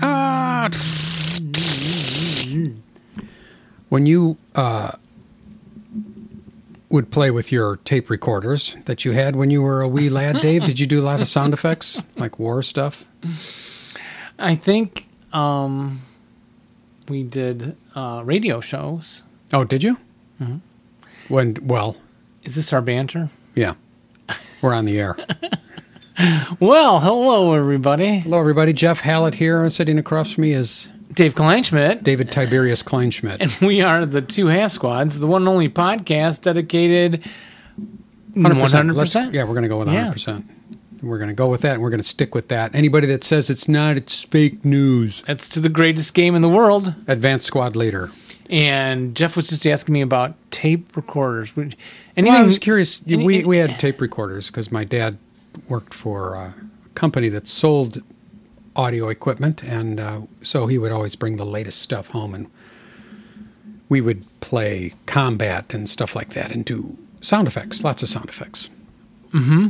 Ah. When you uh, would play with your tape recorders that you had when you were a wee lad, Dave, did you do a lot of sound effects like war stuff? I think um, we did uh, radio shows. Oh, did you? When? Well, Is this our banter? yeah. We're on the air. Well, hello, everybody. Hello, everybody. Jeff Hallett here. Sitting across from me is Dave Kleinschmidt. David Tiberius Kleinschmidt. And we are the Two Half Squads, the one and only podcast dedicated 100%. Let's- Yeah, we're going to go with Yeah. 100%. We're going to go with that, and we're going to stick with that. Anybody that says it's not, it's fake news. That's to the greatest game in the world. Advanced squad leader. And Jeff was just asking me about tape recorders. Would- Anything? Well, I was curious. any- we, any- we had tape recorders because my dad worked for uh, a company that sold audio equipment, and uh, so he would always bring the latest stuff home, and we would play combat and stuff like that, and do sound effects, lots of sound effects.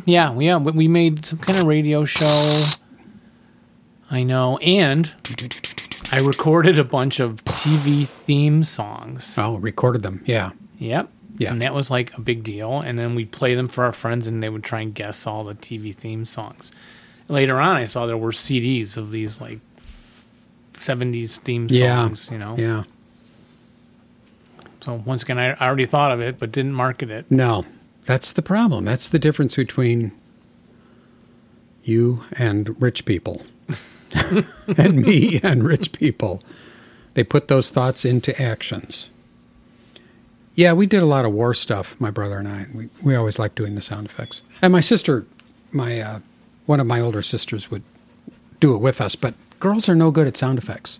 Yeah, yeah. We we made some kind of radio show. I know, and I recorded a bunch of TV theme songs. Oh, recorded them. Yeah, Yep. Yeah. And that was like a big deal. And then we'd play them for our friends, and they would try and guess all the TV theme songs. Later on, I saw there were CDs of these like '70s theme Yeah. songs. You know. yeah. So once again, I I already thought of it, but didn't market it. No, that's the problem. That's the difference between you and rich people, and me and rich people. They put those thoughts into actions. Yeah, we did a lot of war stuff, my brother and I. We, we always liked doing the sound effects. And my sister, my uh, one of my older sisters would do it with us, but girls are no good at sound effects,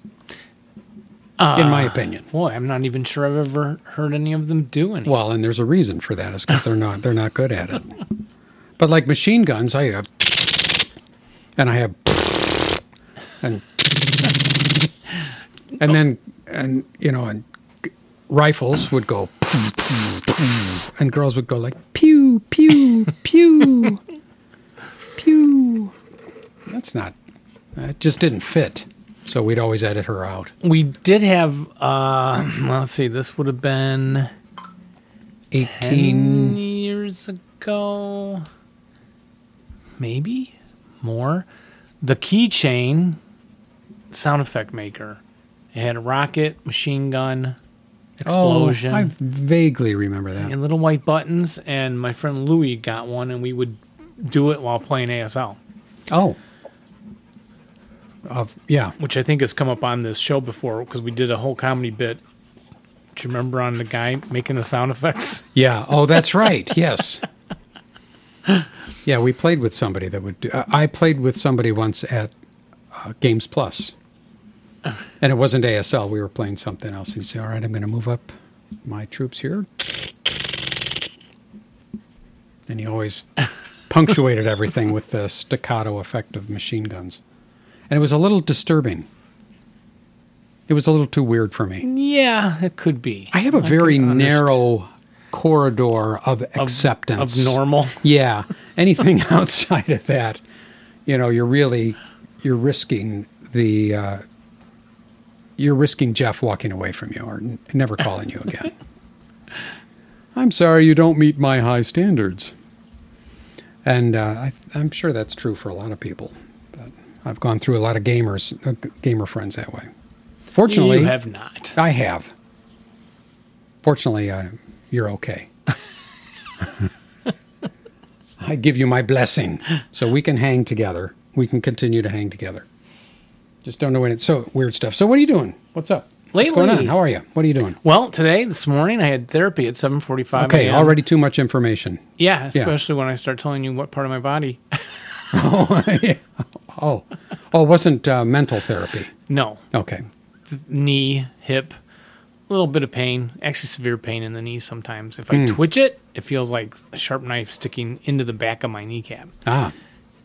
in my opinion. Boy, I'm not even sure I've ever heard any of them do any. Well, and there's a reason for that is because they're not they're not good at it. But like machine guns, I have and I have and and then and you know and rifles would go and girls would go like pew pew pew pew. That's not that just didn't fit. So we'd always edit her out. we did have uh well, let's see this would have been 18 10 years ago maybe more the keychain sound effect maker it had a rocket machine gun explosion Oh, I vaguely remember that. and little white buttons and my friend louis got one and we would do it while playing asl Oh. Of yeah. which I think has come up on this show before because we did a whole comedy bit. Do you remember on the guy making the sound effects? Yeah. Oh, that's right. yes. Yeah, we played with somebody that would do. I I played with somebody once at uh, Games Plus, and it wasn't ASL. We were playing something else, and he said, "All right, I'm going to move up my troops here," and he always punctuated everything with the staccato effect of machine guns, and it was a little disturbing. It was a little too weird for me. Yeah, it could be. I have a very narrow corridor of acceptance of normal. Yeah, anything outside of that, you know, you're really you're risking the uh, you're risking Jeff walking away from you or n- never calling you again. I'm sorry, you don't meet my high standards, and uh, I, I'm sure that's true for a lot of people. But I've gone through a lot of gamers, uh, g- gamer friends that way. Fortunately, You have not. I have. Fortunately, uh, you're okay. I give you my blessing, so we can hang together. We can continue to hang together. Just don't know when it's so weird stuff. So, what are you doing? What's up? What's going on? Lately. How are you? What are you doing? Well, today this morning I had therapy at seven forty-five. Okay, a.m. already too much information. Yeah, especially when I start telling you what part of my body. Oh, oh, it wasn't uh, mental therapy. No, Okay, knee, hip, a little bit of pain. Actually, severe pain in the knee sometimes. If I Hmm. twitch it, it feels like a sharp knife sticking into the back of my kneecap. ah,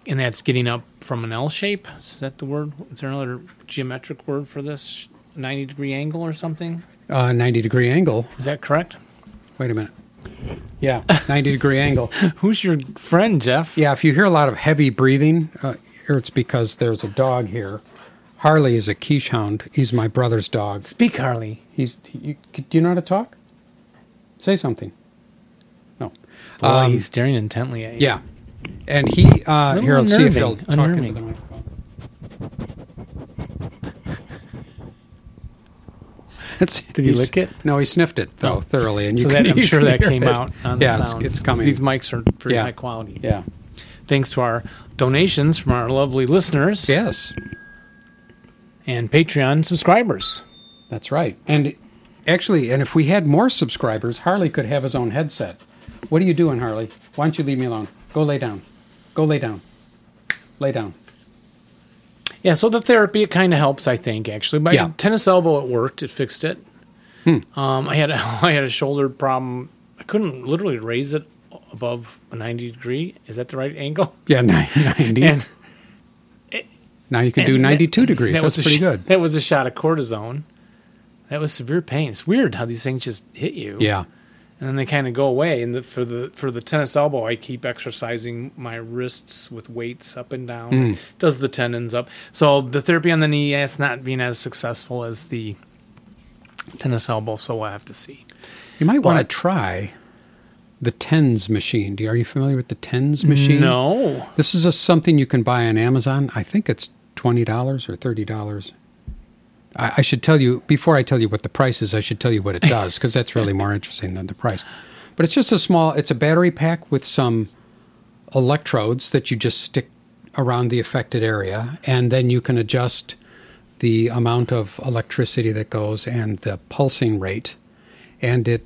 and that's getting up from an L shape. Is that the word? Is there another geometric word for this? 90 degree angle or something? uh, ninety degree angle. Is that correct? Wait a minute. Yeah, ninety degree angle. Who's your friend, Jeff? Yeah, if you hear a lot of heavy breathing, uh, or it's because there's a dog here. Harley is a quiche hound. He's my brother's dog. Speak, Harley. He's. You, do you know how to talk? Say something. No. Um, Boy, he's staring intently at you. Yeah. And he. Uh, Little here, let's see if he'll unnerving, talk into unnerving. the microphone. That's, Did he he's- lick it? Oh. No, he sniffed it though thoroughly, and you So can, that, I'm you sure can that hear came it. out on yeah, the sound. it's, it's 'cause coming. These mics are pretty Yeah. high quality. yeah. Thanks to our donations from our lovely listeners Yes. and Patreon subscribers. That's right. And actually, and if we had more subscribers, Harley could have his own headset. What are you doing, Harley? Why don't you leave me alone? Go lay down. Go lay down. Lay down. Yeah, so the therapy it kind of helps, I think. Actually, my Yeah. tennis elbow it worked, it fixed it. Um, I had a, I had a shoulder problem. I couldn't literally raise it above a ninety degree. Is that the right angle? Yeah, ni- 90. And now you can do and that- 92 degrees. That's a pretty sh- good. That was a shot of cortisone. That was severe pain. It's weird how these things just hit you. Yeah. and then they kind of go away. And the, for the for the tennis elbow, I keep exercising my wrists with weights up and down. Hmm. Does the tendons up? So the therapy on the knee, yeah, it's not being as successful as the tennis elbow. So we'll have to see. You might want to But- try the TENS machine. Do you- Are you familiar with the TENS machine? No, This is a, something you can buy on Amazon. I think it's twenty dollars or thirty dollars. I, I should tell you before I tell you what the price is. I should tell you what it does because that's really more interesting than the price. But it's just a small. It's a battery pack with some electrodes that you just stick around the affected area, and then you can adjust the amount of electricity that goes and the pulsing rate, and it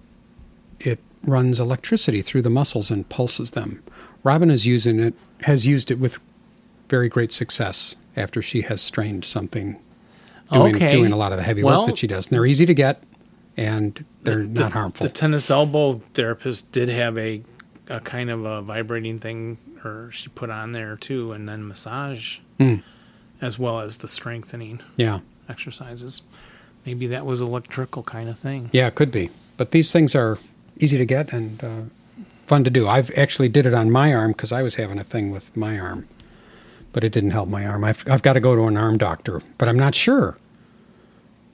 it runs electricity through the muscles and pulses them. Robin is using it has used it with very great success after she has strained something doing, Okay. doing a lot of the heavy Well- work that she does. And they're easy to get and they're not harmful. the tennis elbow therapist did have a a kind of a vibrating thing, or she put on there too, and then massage, as well as the strengthening yeah. exercises. Maybe that was electrical kind of thing. Yeah, it could be. But these things are easy to get and uh, fun to do. I've actually did it on my arm because I was having a thing with my arm, but it didn't help my arm. I've, I've got to go to an arm doctor, but I'm not sure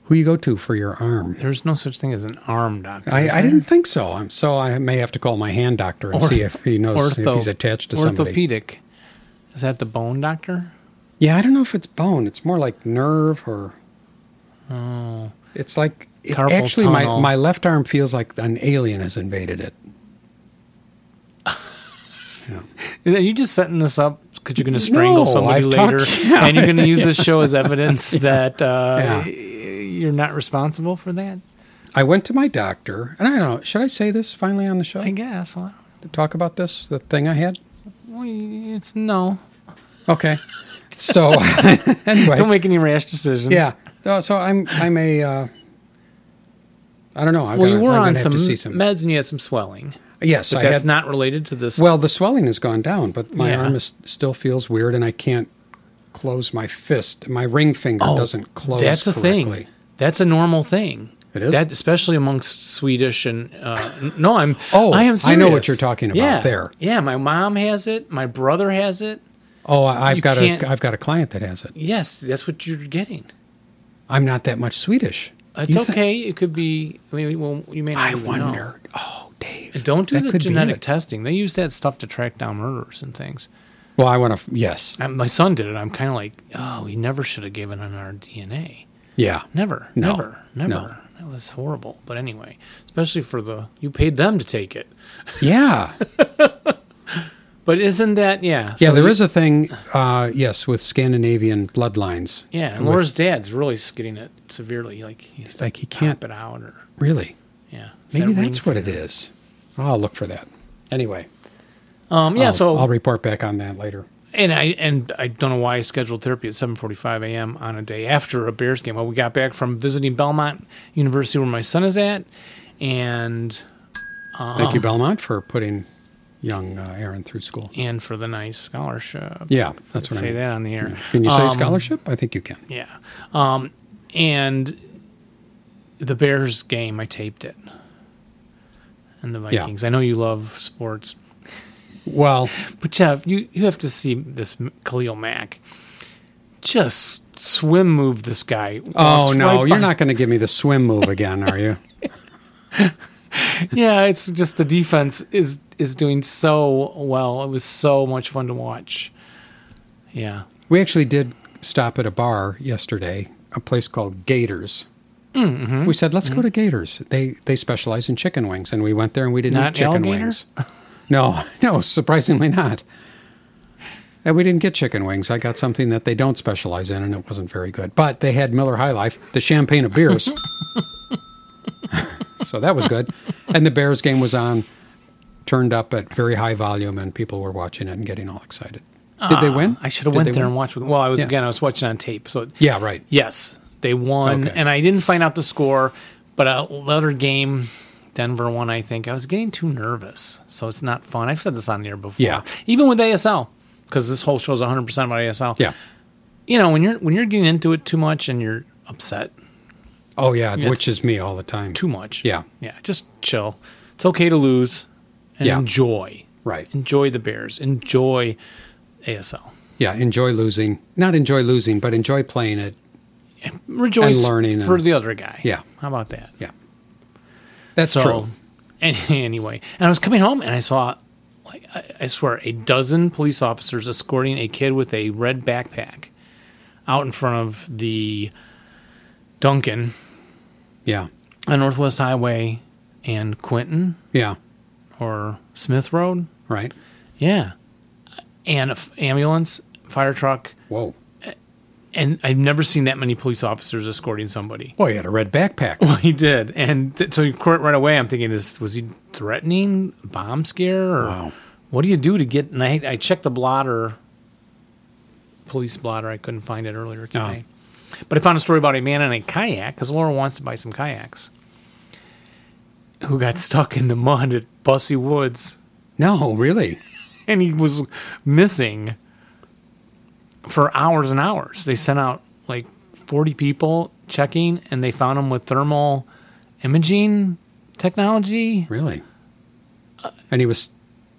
who you go to for your arm. There's no such thing as an arm doctor. is I, I there? didn't think so. I'm, so I may have to call my hand doctor and Or- see if he knows if he's attached to somebody. Orthopedic. Is that the bone doctor? Yeah, I don't know if it's bone. It's more like nerve or. It's like it- Oh. Carpal actually, tunnel. my my left arm feels like an alien has invaded it. Are you just setting this up because you're going to strangle No, somebody I've later, talked- yeah. and you're going to use this show as evidence that uh, Yeah. you're not responsible for that? I went to my doctor, and I don't know. Should I say this finally on the show? I guess. Well, to talk about this, the thing I had. it's no. Okay. So anyway, Don't make any rash decisions. yeah. So, so I'm I'm a. Uh, I don't know. I'm Well, gonna, you were I'm gonna on have some to see some. meds and you had some swelling, yes, but I that's had not related to this. Well, the swelling has gone down, but my Yeah. arm is, still feels weird, and I can't close my fist. My ring finger Oh, doesn't close. That's a correctly. thing. That's a normal thing. It is? that, especially amongst Swedish and uh, n- no, I'm. Oh, I am. I Serious. know what you're talking about Yeah. there. Yeah, my mom has it. My brother has it. Oh, I, I've You got can't- a I've got a client that has it. Yes, that's what you're getting. I'm not that much Swedish. It's You thi- okay. It could be. I mean, well, you may not. I even know. wonder. Oh, Dave. Don't do That the could be genetic it. testing. They use that stuff to track down murderers and things. Well, I want to. Yes. And my son did it. I'm kind of like, oh, we never should have given him our DNA. Yeah. Never, No. never, never. No. That was horrible. But anyway, especially for the you paid them to take it. Yeah. But isn't that yeah? Yeah. There you- is a thing. Uh, yes, with Scandinavian bloodlines. Yeah, and Laura's dad's really getting it severely. Like he's Like he can't can't it out or really. yeah. Is Maybe that that's ring- what it is. I'll look for that. Anyway. Um, yeah. I'll- so I'll report back on that later. and I and I don't know why I scheduled therapy at 7:45 a.m. on a day after a Bears game. Well, we got back from visiting Belmont University where my son is at, and Thank Uh-huh. you, Belmont, for putting young uh, Aaron through school. and for the nice scholarship. Yeah, that's what I say mean. that on the air. Can you say Um, scholarship? I think you can. Yeah. Um, and the Bears game, I taped it. And the Yeah. Vikings. I know you love sports. Well, But Jeff, you, you have to see this M- Khalil Mack. Just swim move this guy. oh Walks no, right you're by- not going to give me the swim move again, are you? Yeah, it's just the defense is is doing so well. It was so much fun to watch. Yeah. We actually did stop at a bar yesterday, a place called Gators. Mm-hmm. We said, let's go to Gators. They they specialize in chicken wings, and we went there and we didn't Not eat chicken alligator? wings. No, no, surprisingly not. And we didn't get chicken wings. I got something that they don't specialize in, and it wasn't very good. But they had Miller High Life, the champagne of beers. so that was good. And the Bears game was on, turned up at very high volume, and people were watching it and getting all excited. Did they win? Ah, Uh, I should have Did went they there win? and watched with well, I was Yeah. again I was watching on tape. So Yeah, right. yes, they won Okay. and I didn't find out the score, but a later game Denver won, I think. I was getting too nervous. So it's not fun. I've said this on the air before. Yeah. Even with ASL because this whole show's 100% about ASL. Yeah. You know, when you're when you're getting into it too much and you're upset Oh yeah, Yes. which is me all the time. too much. Yeah. Yeah. Just chill. It's okay to lose and Yeah. enjoy. Right. Enjoy the Bears. Enjoy ASL. Yeah, enjoy losing. Not enjoy losing, but enjoy playing it. Rejoice learning for and- the other guy. Yeah. How about that? Yeah. That's true. an- anyway, and I was coming home and I saw, like, I, I swear, a dozen police officers escorting a kid with a red backpack out in front of the Duncan Yeah. on Northwest Highway and Quinton Yeah. or Smith Road. Right. Yeah. And a f- ambulance, fire truck. Whoa. And I've never seen that many police officers escorting somebody. Boy, he had a red backpack. He did. And th- so court right away, I'm thinking, is was he threatening bomb scare or Wow. what do you do to get? And I, I checked the blotter, police blotter. I couldn't find it earlier today, but I found a story about a man in a kayak because Laura wants to buy some kayaks. Who got stuck in the mud at Bussy Woods, No, really. and he was missing for hours and hours. They sent out like 40 people checking, and they found him with thermal imaging technology Really. And he was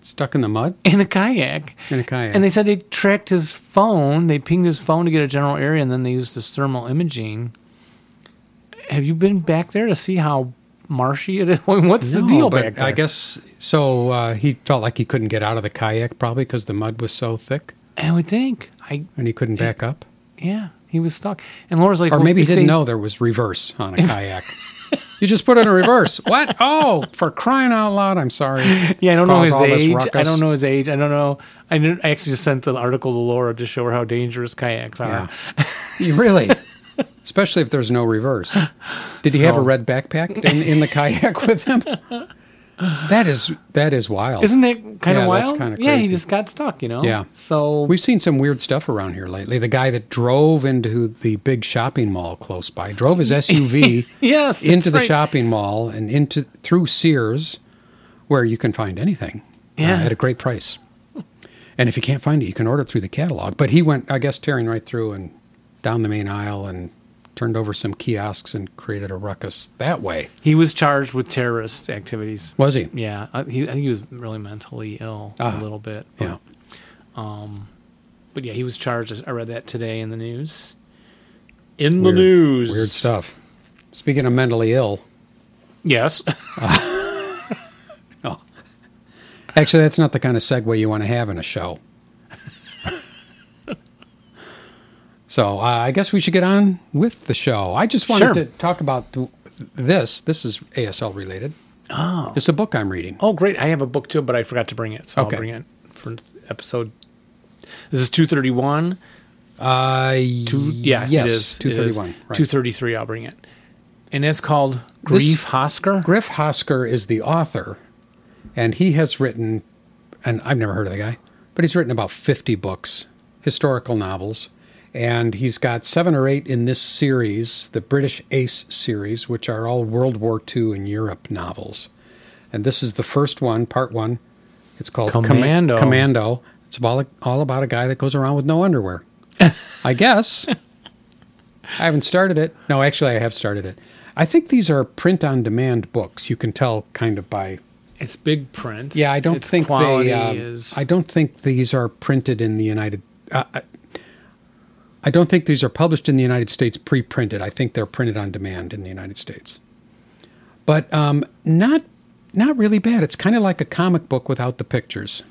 stuck in the mud in a kayak. in a kayak. And they said they tracked his phone. They pinged his phone to get a general area, and then they used this thermal imaging. Have you been back there to see how marshy it is? What's the No, deal but back there? I guess so. Uh, he felt like he couldn't get out of the kayak probably because the mud was so thick I would think. I and he couldn't back up. yeah, he was stuck. And Laura's like, Or well, maybe he if didn't they- know there was reverse on a kayak. You just put it in reverse. What? Oh, for crying out loud! I'm sorry. Yeah, I don't know Cause his all this age. I ruckus. don't know his age. I don't know. I, didn't, I actually just sent the article to Laura to show her how dangerous kayaks are. Yeah. Uh, You really? Especially if there's no reverse. Did he have a So- red backpack in, in the kayak with him? That is that is wild. Isn't that kind Yeah, of that's wild? kinda yeah, he crazy. just got stuck. You know. Yeah. So We've seen some weird stuff around here lately. The guy that drove into the big shopping mall close by drove his SUV yes, that's into the right. shopping mall and into through Sears, where you can find anything uh, Yeah. at a great price. And if you can't find it, you can order it through the catalog. But he went, I guess, tearing right through and down the main aisle and turned over some kiosks and created a ruckus that way. He was charged with terrorist activities. Was he? Yeah, I, he, I think he was really mentally ill a little bit. But, Ah. Yeah. but yeah, he was charged. I read that today in the news. In the news, Weird stuff. Speaking of mentally ill, Yes, actually, that's not the kind of segue you want to have in a show. so uh, I guess we should get on with the show. I just wanted Sure. to talk about th- this. This is ASL related. Oh. It's a book I'm reading. Oh, great. I have a book too, but I forgot to bring it. So Okay. I'll bring it for episode. This is 231. Uh, Mm, Two, yeah, yes, it is. 231, right. 233, I'll bring it. And it's called Grief Hosker. Griff Hosker is the author, and he has written, and I've never heard of the guy, but he's written about 50 books, historical novels, and he's got seven or eight in this series, the British Ace series, which are all World War II and Europe novels. And this is the first one, part one. It's called Com- Commando. Commando. It's about, all about a guy that goes around with no underwear. I guess. I haven't started it. No, actually, I have started it. I think these are print on demand books. You can tell kind of by It's big print. Yeah, I don't Its think quality they. um, is. I don't think these are printed in the United. Uh, I, I don't think these are published in the United States pre-printed. I think they're printed on demand in the United States. But um, not not really bad. It's kind of like a comic book without the pictures.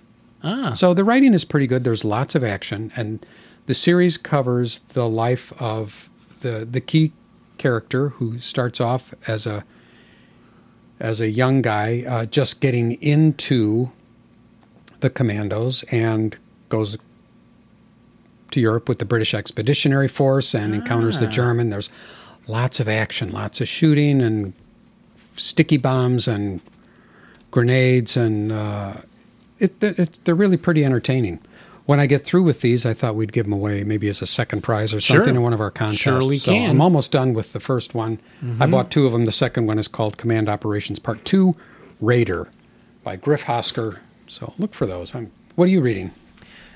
ah, So the writing is pretty good. There's lots of action, and the series covers the life of the the key character who starts off as a as a young guy uh, just getting into the commandos and goes to Europe with the British Expeditionary Force and encounters the German. There's lots of action, lots of shooting and sticky bombs and grenades and uh, it, th- it's they're really pretty entertaining. When I get through with these, I thought we'd give them away maybe as a second prize or Sure. something in one of our contests. Sure we So can. Mm-hmm. I'm almost done with the first one. I bought two of them. The second one is called Command Operations Part Two, Raider, by Griff Hosker. So look for those. I'm, what are you reading?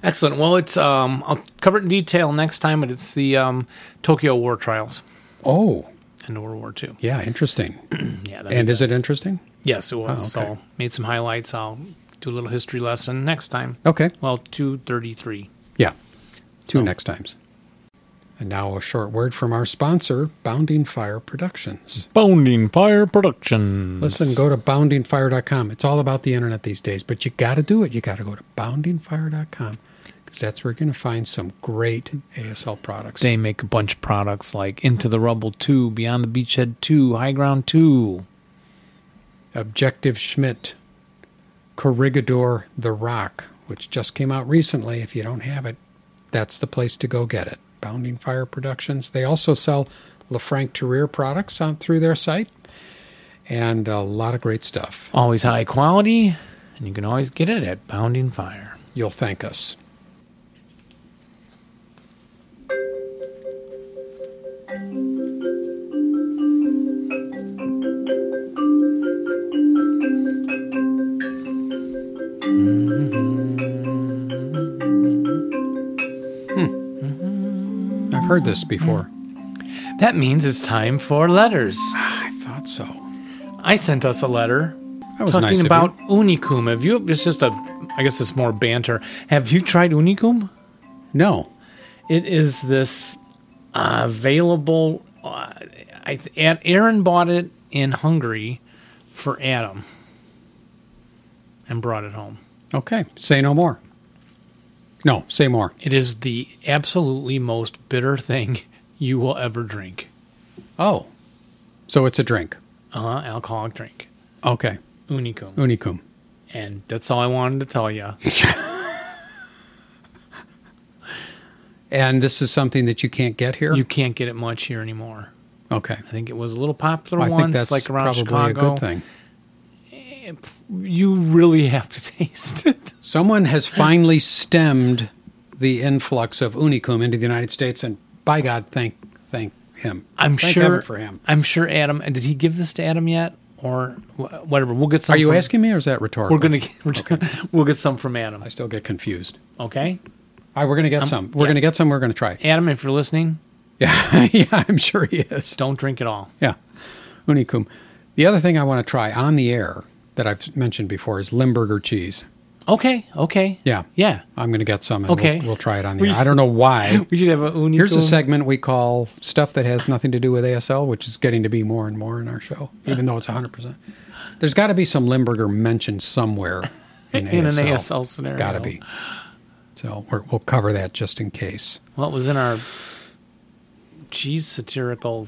excellent. Well, it's um, I'll cover it in detail next time, but it's the um, Tokyo War Trials Oh, and World War II. yeah, interesting. Yeah, that and is it interesting? Yes, it was. okay. So made some highlights. I'll do a little history lesson next time. Okay. Well, two thirty-three. Yeah. Two next times. And now a short word from our sponsor, Bounding Fire Productions. Bounding Fire Productions. Listen, go to boundingfire.com. It's all about the internet these days, but you got to do it. You got to go to boundingfire.com because that's where you're going to find some great ASL products. They make a bunch of products like Into the Rubble Two, Beyond the Beachhead Two, High Ground Two. Objective Schmidt, Corregidor The Rock, which just came out recently. If you don't have it, that's the place to go get it. Bounding Fire Productions. They also sell LeFranc Terrier products on through their site and a lot of great stuff. Always high quality, and you can always get it at Bounding Fire. You'll thank us. Hmm. I've heard this before. That means it's time for letters. I thought so. I sent us a letter That was talking nice of about you. Unicum. Have you? It's just a. I guess it's more banter. Have you tried Unicum? No. It is this uh, available. Uh, I th- Ad- Aaron bought it in Hungary for Adam and brought it home. Okay. Say no more. No, say more. It is the absolutely most bitter thing you will ever drink. Oh. So it's a drink. Uh huh. Alcoholic drink. Okay. Unicum. Unicum. And that's all I wanted to tell you. And this is something that you can't get here? You can't get it much here anymore. okay. I think it was a little popular Well, I once, think that's like around probably Chicago. a good thing. You really have to taste it. Someone has finally stemmed the influx of unicum into the United States, and by God, thank thank him. I'm Thank sure heaven for him. I'm sure Adam. and Did he give this to Adam yet, or wh- whatever? We'll get some. Are you from- asking me, or is that rhetorical? We're gonna get, we're gonna- we'll get some from Adam. I still get confused. Okay, All right, we're gonna get some. We're yeah. gonna get some. We're gonna try. it. Adam, if you're listening, Yeah, yeah, I'm sure he is. don't drink it all. Yeah, unicum. The other thing I want to try on the air that I've mentioned before is Limburger cheese. Okay, okay. Yeah, yeah. I'm gonna get some. And Okay. we'll, we'll try it on the. We Air. I should- don't know why. We should have a unicum. Here's a segment we call stuff that has nothing to do with ASL, which is getting to be more and more in our show, even though it's 100%. There's got to be some Limburger mentioned somewhere in, in an ASL. ASL scenario. Got to be. So we're, we'll cover that just in case. What was in our cheese satirical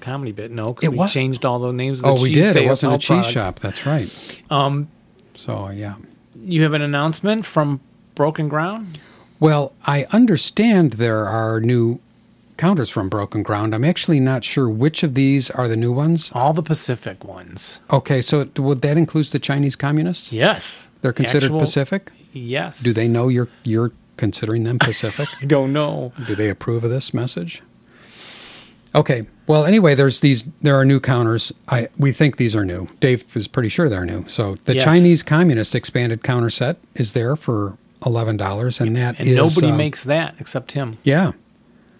comedy bit? No, 'cause It we was- changed all the names. Of Oh, the we cheese did. to It wasn't a ASL cheese products. shop. That's right. Um, So, yeah. you have an announcement from Broken Ground. Well, I understand there are new counters from Broken Ground. I'm actually not sure which of these are the new ones. All the Pacific ones. Okay, so would that includes the Chinese communists? Yes, They're considered Actual- Pacific? Yes. Do they know you're you're considering them Pacific? I don't know. Do they approve of this message? Okay. Well, anyway, there's these. There are new counters. I we think these are new. Dave is pretty sure they're new. So the Yes. Chinese Communist expanded counter set is there for eleven dollars, and that And is, nobody um, makes that except him. Yeah,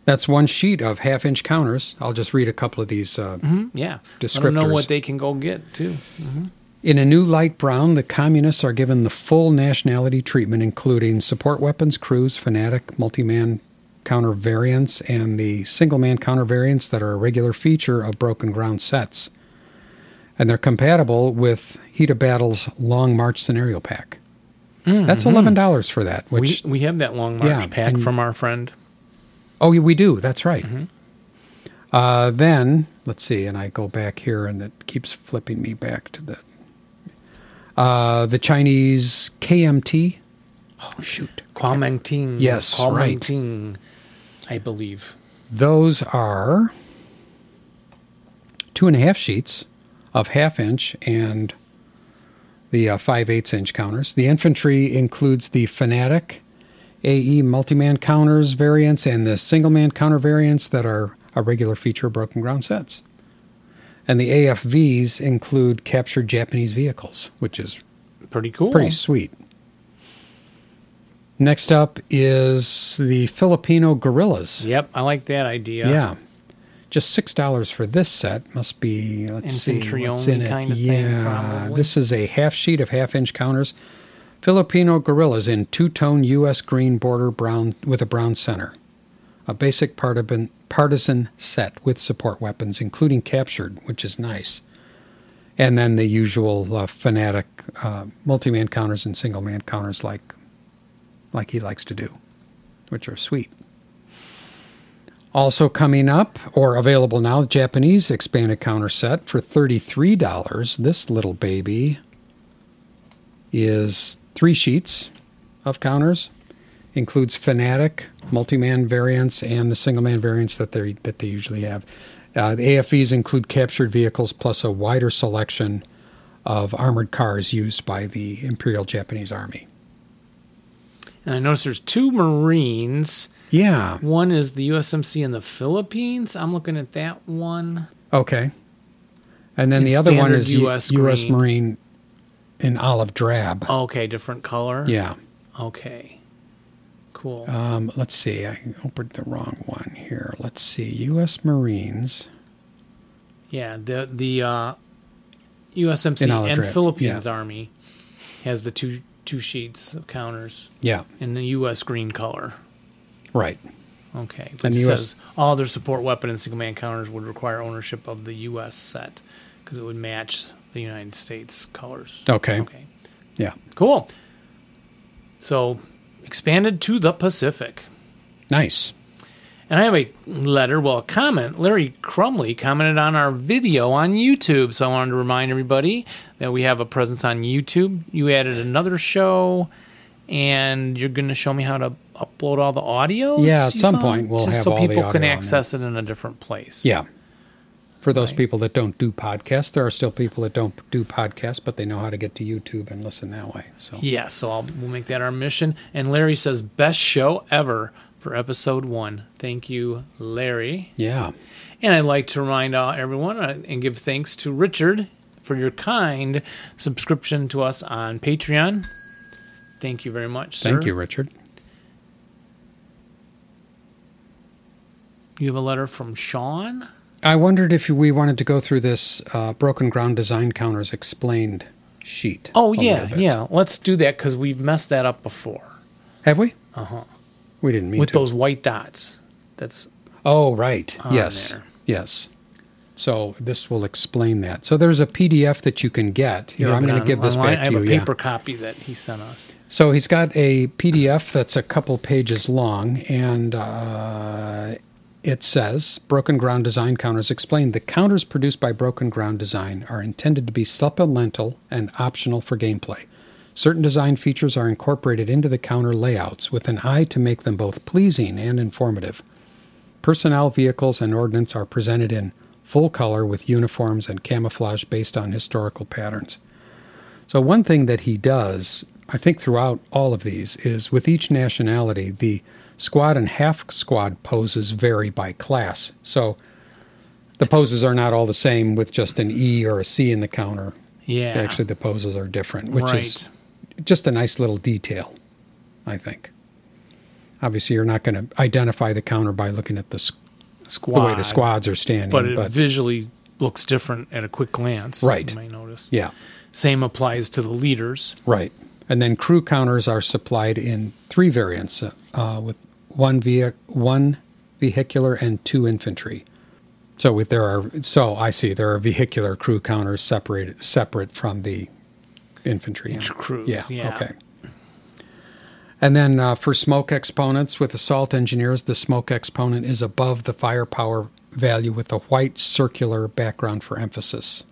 that's one sheet of half inch counters. I'll just read a couple of these. Uh, Hmm? Yeah. Let 'em know descriptors. what they can go get too. In a new light brown, the communists are given the full nationality treatment, including support weapons, crews, fanatic, multi man counter variants, and the single man counter variants that are a regular feature of Broken Ground sets. And they're compatible with Heat of Battle's Long March scenario pack. That's $11 for that, which we, we have that long march Yeah, pack and- from our friend. Oh, yeah, we do. That's right. Uh, then let's see, and I go back here, and it keeps flipping me back to the uh, the Chinese KMT. Oh shoot! Kuomintang. Yes, right. Kuomintang, I believe. Those are two and a half sheets of half inch and the uh, five eighths inch counters. The infantry includes the Fanatic AE multi man counters variants and the single man counter variants that are a regular feature of broken ground sets. And the AFVs include captured Japanese vehicles, which is Pretty cool. pretty sweet. Next up is the Filipino Guerrillas. Yep, I like that idea. Yeah. Just six dollars for this set must be let's Infantry see what's only in it. kind of yeah, thing, probably. this is a half sheet of half inch counters. Filipino gorillas in two tone U.S. green border brown with a brown center. A basic partisan partisan set with support weapons, including captured, which is nice. And then the usual uh, fanatic uh, multi man counters and single man counters, like like he likes to do, which are sweet. Also coming up or available now, the Japanese expanded counter set for $33. This little baby is three sheets of counters, includes Fanatic, multi man variants, and the single man variants that, they that they usually have. Uh, the AFVs include captured vehicles plus a wider selection of armored cars used by the Imperial Japanese Army. And I noticed there's two Marines. Yeah. One is the USMC in the Philippines. I'm looking at that one. Okay. And then It's the other one standard is U- US US, green. Oh. Marine in olive drab. Okay, different color. Yeah. Okay. Cool. Um, let's see. I opened the wrong one here. Let's see. U.S. Marines. yeah, the the uh, USMC In olive and drab, Philippines yeah. Army has the two two sheets of counters Yeah. in the U.S. green color. Right. Okay. But And it the US says all their support weapon and single man counters would require ownership of the U.S. set because it would match the United States colors. Okay. Okay. Yeah. Cool. So expanded to the Pacific. Nice. And I have a letter, well, a comment. Larry Crumley commented on our video on YouTube. So I wanted to remind everybody that we have a presence on YouTube. You added another show, and you're going to show me how to upload all the audios? Yeah, at you some saw? point we'll Just have so all the people can audio on there. access it in a different place. Yeah. For those people that don't do podcasts, there are still people that don't do podcasts, but they know how to get to YouTube and listen that way. So Yeah, so I'll, we'll make that our mission. And Larry says, best show ever for episode one. Thank you, Larry. yeah. And I'd like to remind uh, everyone uh, and give thanks to Richard for your kind subscription to us on Patreon. Thank you very much, sir. Thank you, Richard. You have a letter from Sean. I wondered if we wanted to go through this uh, broken ground design counters explained sheet. a Oh little yeah, bit. yeah. Let's do that because we've messed that up before Have we? Uh huh. We didn't mean Uh-huh. with to. those white dots. That's Oh, right. on yes. there. Yes. So this will explain that. So there's a PDF that you can get. Here, you I'm have it going to on- give this online. back I to have you. a yeah. paper copy that he sent us. So he's got a PDF that's a couple pages long, and uh, it says Broken Ground Design Counters explained the counters produced by Broken Ground Design are intended to be supplemental and optional for gameplay. Certain design features are incorporated into the counter layouts with an eye to make them both pleasing and informative. Personnel, vehicles, and ordnance are presented in full color with uniforms and camouflage based on historical patterns. So, one thing that he does, I think, throughout all of these is with each nationality, the squad and half squad poses vary by class. So, the poses are not all the same with just an E or a C in the counter. Yeah, Actually, the poses are different, which Right. is just a nice little detail, I think. Obviously, you're not going to identify the counter by looking at the, s- squad. the way the squads are standing. but But, it visually looks different at a quick glance. Right. You might notice. yeah, Same applies to the leaders. Right. And then crew counters are supplied in three variants uh, with one vehi- one vehicular and two infantry. So with there are so I see there are vehicular crew counters separate separate from the infantry Each crews, yeah. Okay. And then uh, for smoke exponents with assault engineers, the smoke exponent is above the firepower value with a white circular background for emphasis.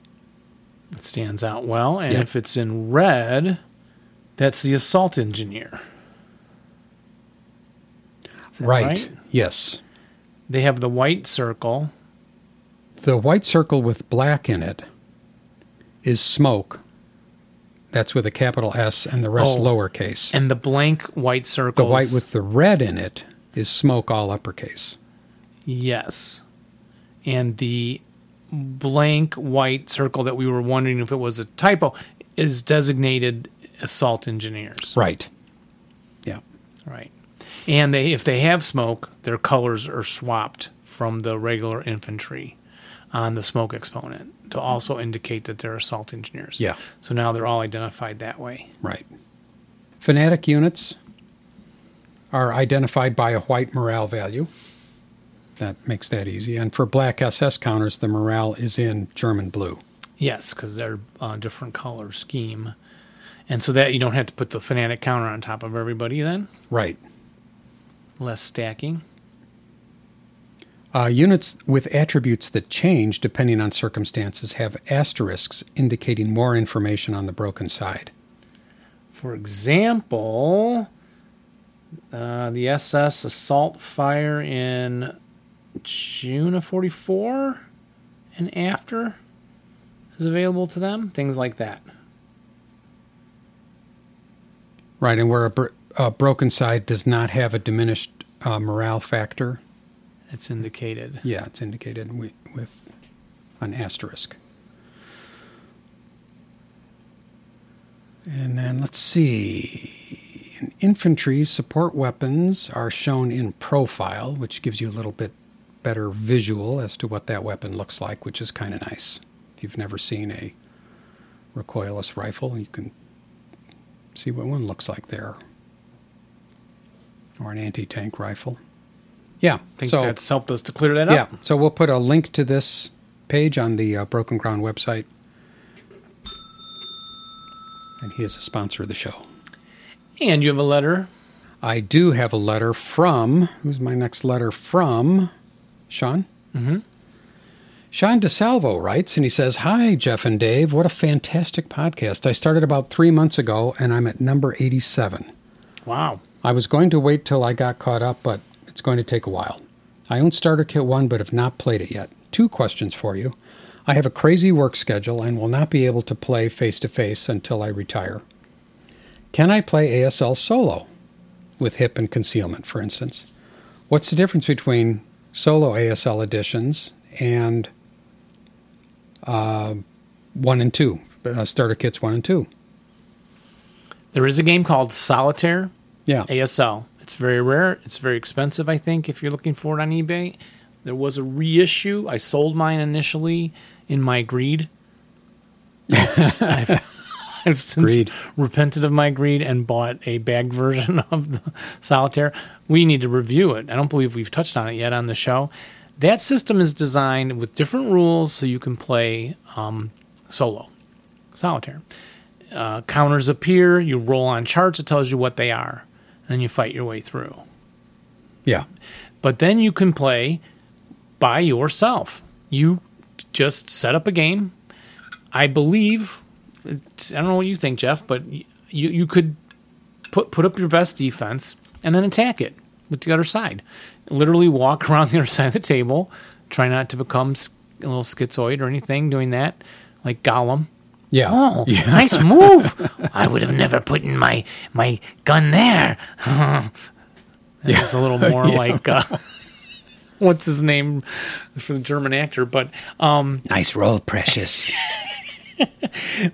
It stands out well. And Yeah. if it's in red, that's the assault engineer. Is that right. Yes. They have the white circle. The white circle with black in it is smoke. That's with a capital S and the rest Oh. lowercase. And the blank white the circle. white with the red in it is smoke all uppercase. Yes. And the blank white circle that we were wondering if it was a typo is designated assault engineers. Right. Yeah. Right. And they if they have smoke, their colors are swapped from the regular infantry on the smoke exponent to also indicate that they're assault engineers. Yeah. So now they're all identified that way. Right. Fanatic units are identified by a white morale value. That makes that easy. And for black SS counters, the morale is in German blue. Yes, because they're uh, different color scheme. And so that you don't have to put the fanatic counter on top of everybody then. Right. Less stacking. Uh, units with attributes that change depending on circumstances have asterisks indicating more information on the broken side. For example, uh, the SS assault fire in June of 44 and after is available to them. Things like that. Right. And where a, br- a broken side does not have a diminished uh, morale factor, It's indicated. Yeah, it's indicated wi- with an asterisk. And then let's see. In infantry, support weapons are shown in profile, which gives you a little bit better visual as to what that weapon looks like, which is kind of nice. If you've never seen a recoilless rifle, you can see what one looks like there, or an anti tank rifle. Yeah, I think so that's helped us to clear that yeah. up. So we'll put a link to this page on the uh, Broken Ground website. And he is a sponsor of the show. And you have a letter. I do have a letter from, who's my next letter from? Sean? Mm-hmm. Sean DeSalvo writes, and he says, Hi, Jeff and Dave. What a fantastic podcast. I started about three months ago, and I'm at number 87. Wow. I was going to wait till I got caught up, but it's going to take a while. I own Starter Kit 1 but have not played it yet. Two questions for you. I have a crazy work schedule and will not be able to play face to face until I retire. Can I play ASL solo with hip and concealment, for instance? What's the difference between solo ASL editions and uh, 1 and 2, uh, Starter Kits 1 and 2? There is a game called Solitaire Yeah. ASL. It's very rare. It's very expensive, I think, if you're looking for it on eBay. There was a reissue. I sold mine initially in my greed. I've, I've since Greed. repented of my greed and bought a bagged version of the solitaire. We need to review it. I don't believe we've touched on it yet on the show. That system is designed with different rules so you can play um, solo, solitaire uh, counters appear. You roll on charts. It tells you what they are, and then you fight your way through. Yeah. But then you can play by yourself. You just set up a game. I believe. it's- I don't know what you think, Jeff, but y- you you could put put up your best defense and then attack it with the other side. Literally walk around the other side of the table. Try not to become s- a little schizoid or anything doing that, like Gollum. Yeah. Oh, nice move! I would have never put in my my gun there. It's a little more like uh, what's his name for the German actor, but Nice roll, precious.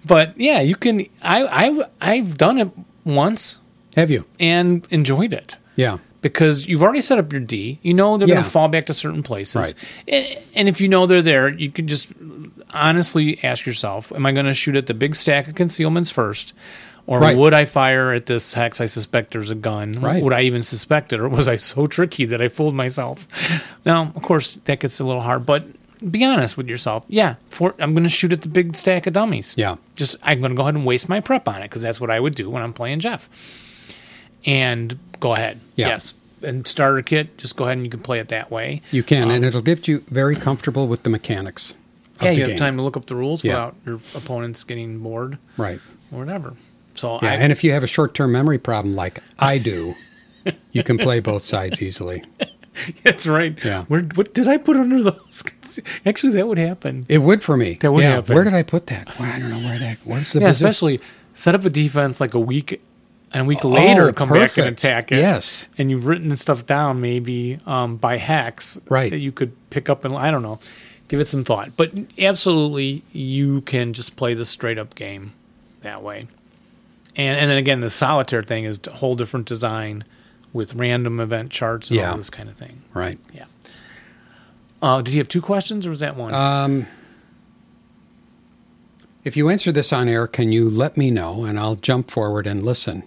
but yeah, you can. I I I've done it once Have you? and enjoyed it. Yeah. because you've already set up your D. You know they're Yeah. going to fall back to certain places. Right. And, and if you know they're there, you can just honestly ask yourself, am I going to shoot at the big stack of concealments first? Or Right. would I fire at this hex? I suspect there's a gun. Right. Would I even suspect it? Or was I so tricky that I fooled myself? Now, of course, that gets a little hard, but be honest with yourself. Yeah, for, I'm going to shoot at the big stack of dummies Yeah. just I'm going to go ahead and waste my prep on it because that's what I would do when I'm playing Jeff. And go ahead, Yeah. yes, and starter kit. Just go ahead and you can play it that way. You can, and it'll get you very comfortable with the mechanics. Of Um, the yeah, you game. have time to look up the rules Yeah. without your opponents getting bored right? or whatever. So Yeah, I, and if you have a short-term memory problem like I do, you can play both sides easily. that's right. Yeah. Where what did I put under those? Actually, that would happen. It would for me. That would yeah, happen. Where did I put that? Well, I don't know where that. Where's the Yeah, position? especially set up a defense like a week and a week later, come back and Oh, perfect. attack it. Yes. and you've written stuff down maybe um, by hacks Right. that you could pick up and I don't know, give it some thought. But absolutely, you can just play the straight up game that way. And and then again, the solitaire thing is a whole different design with random event charts and Yeah. all this kind of thing. Right. Yeah. Uh, did you have two questions or was that one? Uh, If you answer this on air, can you let me know and I'll jump forward and listen?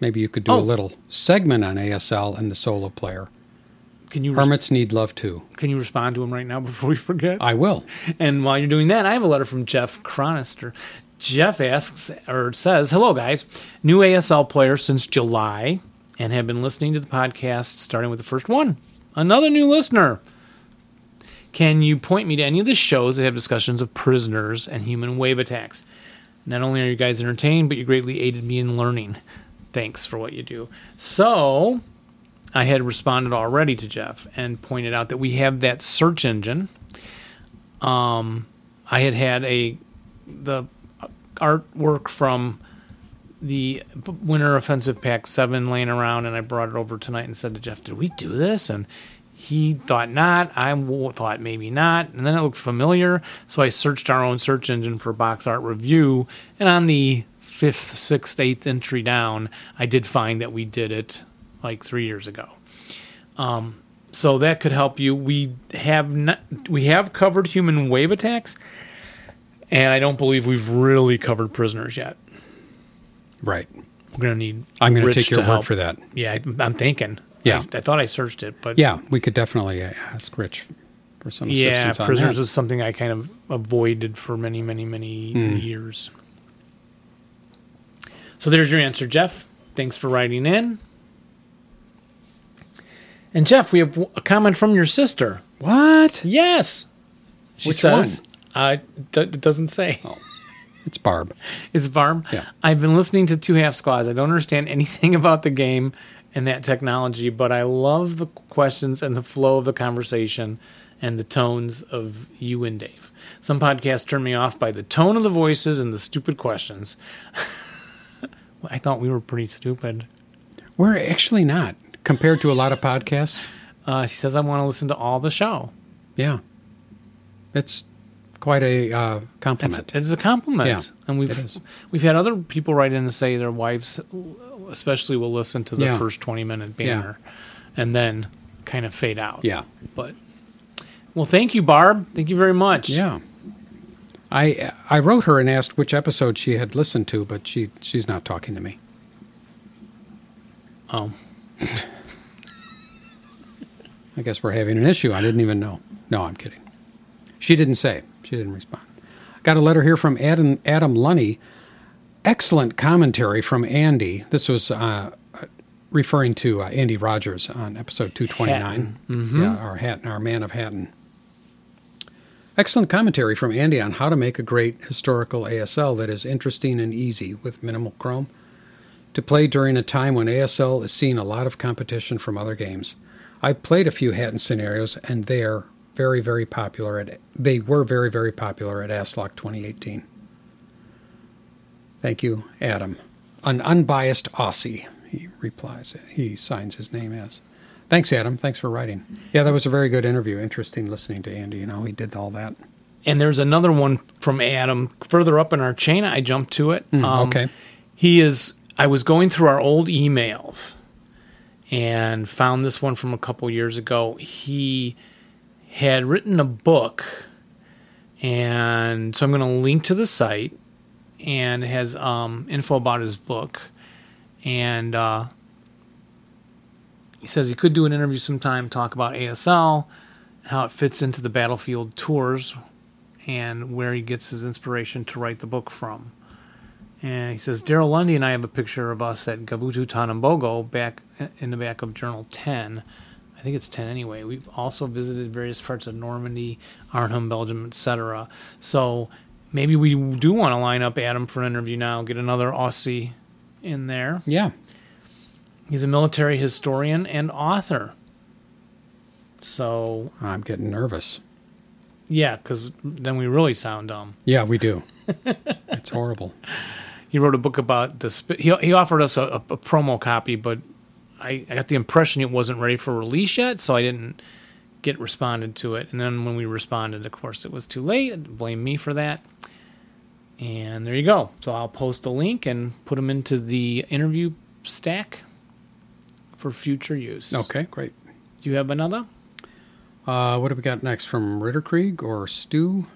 Maybe you could do a Oh. little segment on ASL and the solo player. can you res- Hermits need love too. can you respond to him right now before we forget? I will. And while you're doing that, I have a letter from Jeff Cronister. Jeff asks or says, Hello, guys. New ASL player since July and have been listening to the podcast starting with the first one. Another new listener. Can you point me to any of the shows that have discussions of prisoners and human wave attacks? Not only are you guys entertained, but you greatly aided me in learning. Thanks for what you do. So, I had responded already to Jeff and pointed out that we have that search engine I had had a the artwork from the Winter Offensive Pack Seven laying around, and I brought it over tonight and said to Jeff, "Did we do this?" And he thought not. I w- thought maybe not, and then it looked familiar, so I searched our own search engine for box art review, and on the fifth, sixth, eighth entry down, I did find that we did it like three years ago Um, so that could help you. We have not, we have covered human wave attacks, and I don't believe we've really covered prisoners yet. Right. We're gonna need. I'm going to Rich take your to word help. for that. Yeah, I- I'm thinking. Yeah. I, I thought I searched it, but Yeah, we could definitely uh, ask Rich for some yeah, assistance on prisoners that. is something I kind of avoided for many, many, many Hmm. years. So there's your answer, Jeff. Thanks for writing in. And Jeff, we have w- a comment from your sister. what? Yes. She Which says, Uh, d- it doesn't say. It's Barb. It's Varm. Yeah. I've been listening to Two Half Squads. I don't understand anything about the game and that technology, but I love the questions and the flow of the conversation and the tones of you and Dave. Some podcasts turn me off by the tone of the voices and the stupid questions. I thought we were pretty stupid. We're actually not compared to a lot of podcasts. Uh, she says, I want to listen to all the show. Yeah, it's quite a uh, It's, compliment. it's a compliment, Yeah, and it we've is. we've had other people write in and say their wives, especially, will listen to the Yeah. first twenty minute Yeah. banner, and then kind of fade out. yeah, but well, thank you, Barb. Thank you very much. yeah. I I wrote her and asked which episode she had listened to, but she she's not talking to me. Oh. I guess we're having an issue. I didn't even know. No, I'm kidding. She didn't say. She didn't respond. Got a letter here from Adam Adam Lunny. Excellent commentary from Andy. This was uh, referring to uh, Andy Rogers on episode 229. Mm-hmm. Yeah, our Hatton, our man of Hatton. Excellent commentary from Andy on how to make a great historical ASL that is interesting and easy with minimal Chrome to play during a time when ASL is seeing a lot of competition from other games. I've played a few Hatton scenarios, and they are very, very popular. At they were very, very popular at ASLock 2018. Thank you, Adam, an unbiased Aussie. He replies. He signs his name as. Thanks, Adam. Thanks for writing. Yeah, that was a very good interview. Interesting listening to Andy and how he did all that. And there's another one from Adam further up in our chain. I jumped to it. Um, Hmm, okay. He is. I was going through our old emails, and found this one from a couple years ago. He had written a book, and so I'm going to link to the site and it has um, info about his book. And uh, he says he could do an interview sometime, talk about ASL, how it fits into the Battlefield tours, and where he gets his inspiration to write the book from. And he says, Daryl Lundy and I have a picture of us at Gabutu Tanambogo back in the back of Journal 10. I think it's 10 anyway. We've also visited various parts of Normandy, Arnhem, Belgium, etc. So maybe we do want to line up Adam for an interview now, get another Aussie in there. Yeah. He's a military historian and author. So, I'm getting nervous. yeah, because then we really sound dumb. Yeah, we do. it's horrible. he wrote a book about the sp- he he offered us a, a, a promo copy, but I, I got the impression it wasn't ready for release yet, so I didn't get responded to it. And then when we responded, of course, it was too late. Blame me for that. And there you go. So I'll post the link and put them into the interview stack for future use. Okay, great. Do you have another? Uh, what do we got next from Ritter Krieg or Stu?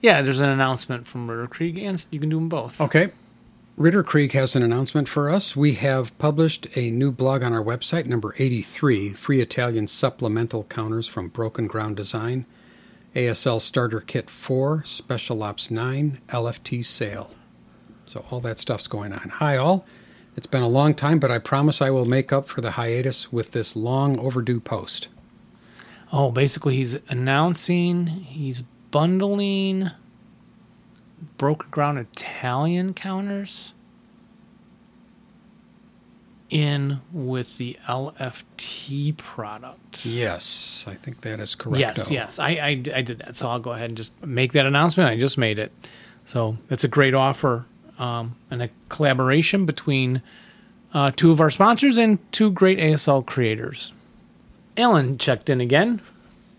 Yeah, there's an announcement from Murder Krieg, and you can do them both. Okay. Ritter Creek has an announcement for us. We have published a new blog on our website, number 83 Free Italian Supplemental Counters from Broken Ground Design, ASL Starter Kit 4, Special Ops 9, LFT Sale. So, all that stuff's going on. Hi, all. It's been a long time, but I promise I will make up for the hiatus with this long overdue post. Oh, basically, he's announcing, he's bundling broken ground Italian counters in with the LFT product. Yes, I think that is correct. Yes, yes, I, I, I did that. So I'll go ahead and just make that announcement. I just made it. So it's a great offer um, and a collaboration between uh, two of our sponsors and two great ASL creators. Ellen checked in again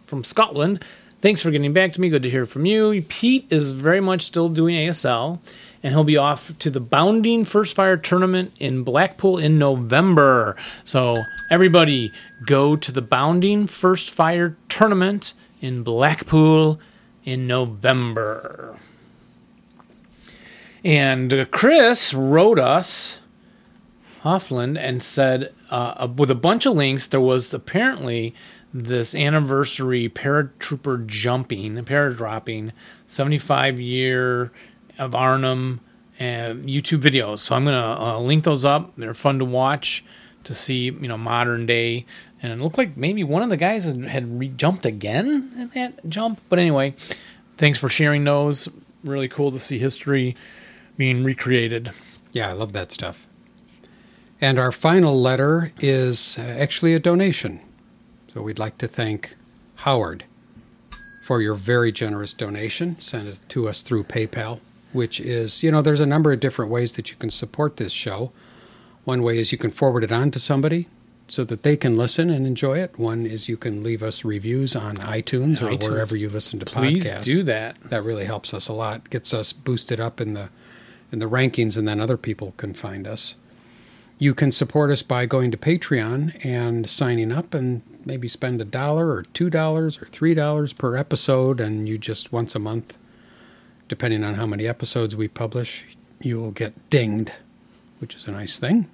from Scotland. Thanks for getting back to me. Good to hear from you. Pete is very much still doing ASL, and he'll be off to the Bounding First Fire tournament in Blackpool in November. So, everybody, go to the Bounding First Fire tournament in Blackpool in November. And uh, Chris wrote us. Hoffland and said, uh, uh, with a bunch of links, there was apparently this anniversary paratrooper jumping, paradropping, 75 year of Arnhem uh, YouTube videos. So I'm going to uh, link those up. They're fun to watch to see, you know, modern day. And it looked like maybe one of the guys had- had re- jumped again at that jump. But anyway, thanks for sharing those. Really cool to see history being recreated. Yeah, I love that stuff. And our final letter is uh, actually a donation. So we'd like to thank Howard for your very generous donation. Send it to us through PayPal, which is, you know, there's a number of different ways that you can support this show. One way is you can forward it on to somebody so that they can listen and enjoy it. One is you can leave us reviews on iTunes or iTunes. wherever you listen to Please podcasts do that. that really helps us a lot gets us boosted up in the in the rankings and then other people can find us you can support us by going to patreon and signing up and maybe spend a dollar or two dollars or three dollars per episode and you just once a month depending on how many episodes we publish you'll get dinged which is a nice thing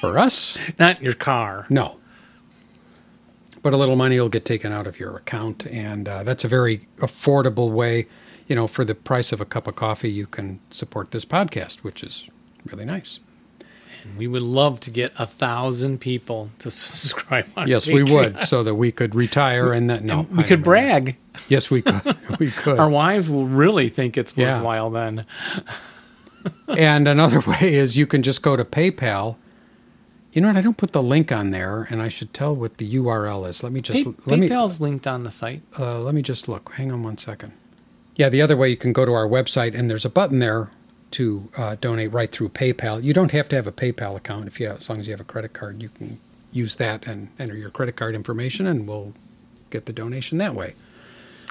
for us Not your car. no. But a little money will get taken out of your account, and uh, that's a very affordable way. You know, for the price of a cup of coffee, you can support this podcast, which is really nice. We would love to get a thousand people to subscribe on Yes, we Patreon. would, so that we could retire and that no, I We could don't know. brag. Yes, we could. We could. Our wives will really think it's Yeah. worthwhile then. and another way is you can just go to PayPal. You know what? I don't put the link on there, and I should tell what the URL is. Let me just Pay- let me PayPal's linked on the site. uh, let me just look. Hang on one second. Yeah, the other way you can go to our website and there's a button there to uh, donate right through PayPal. You don't have to have a PayPal account if you, as long as you have a credit card, you can use that and enter your credit card information, and we'll get the donation that way.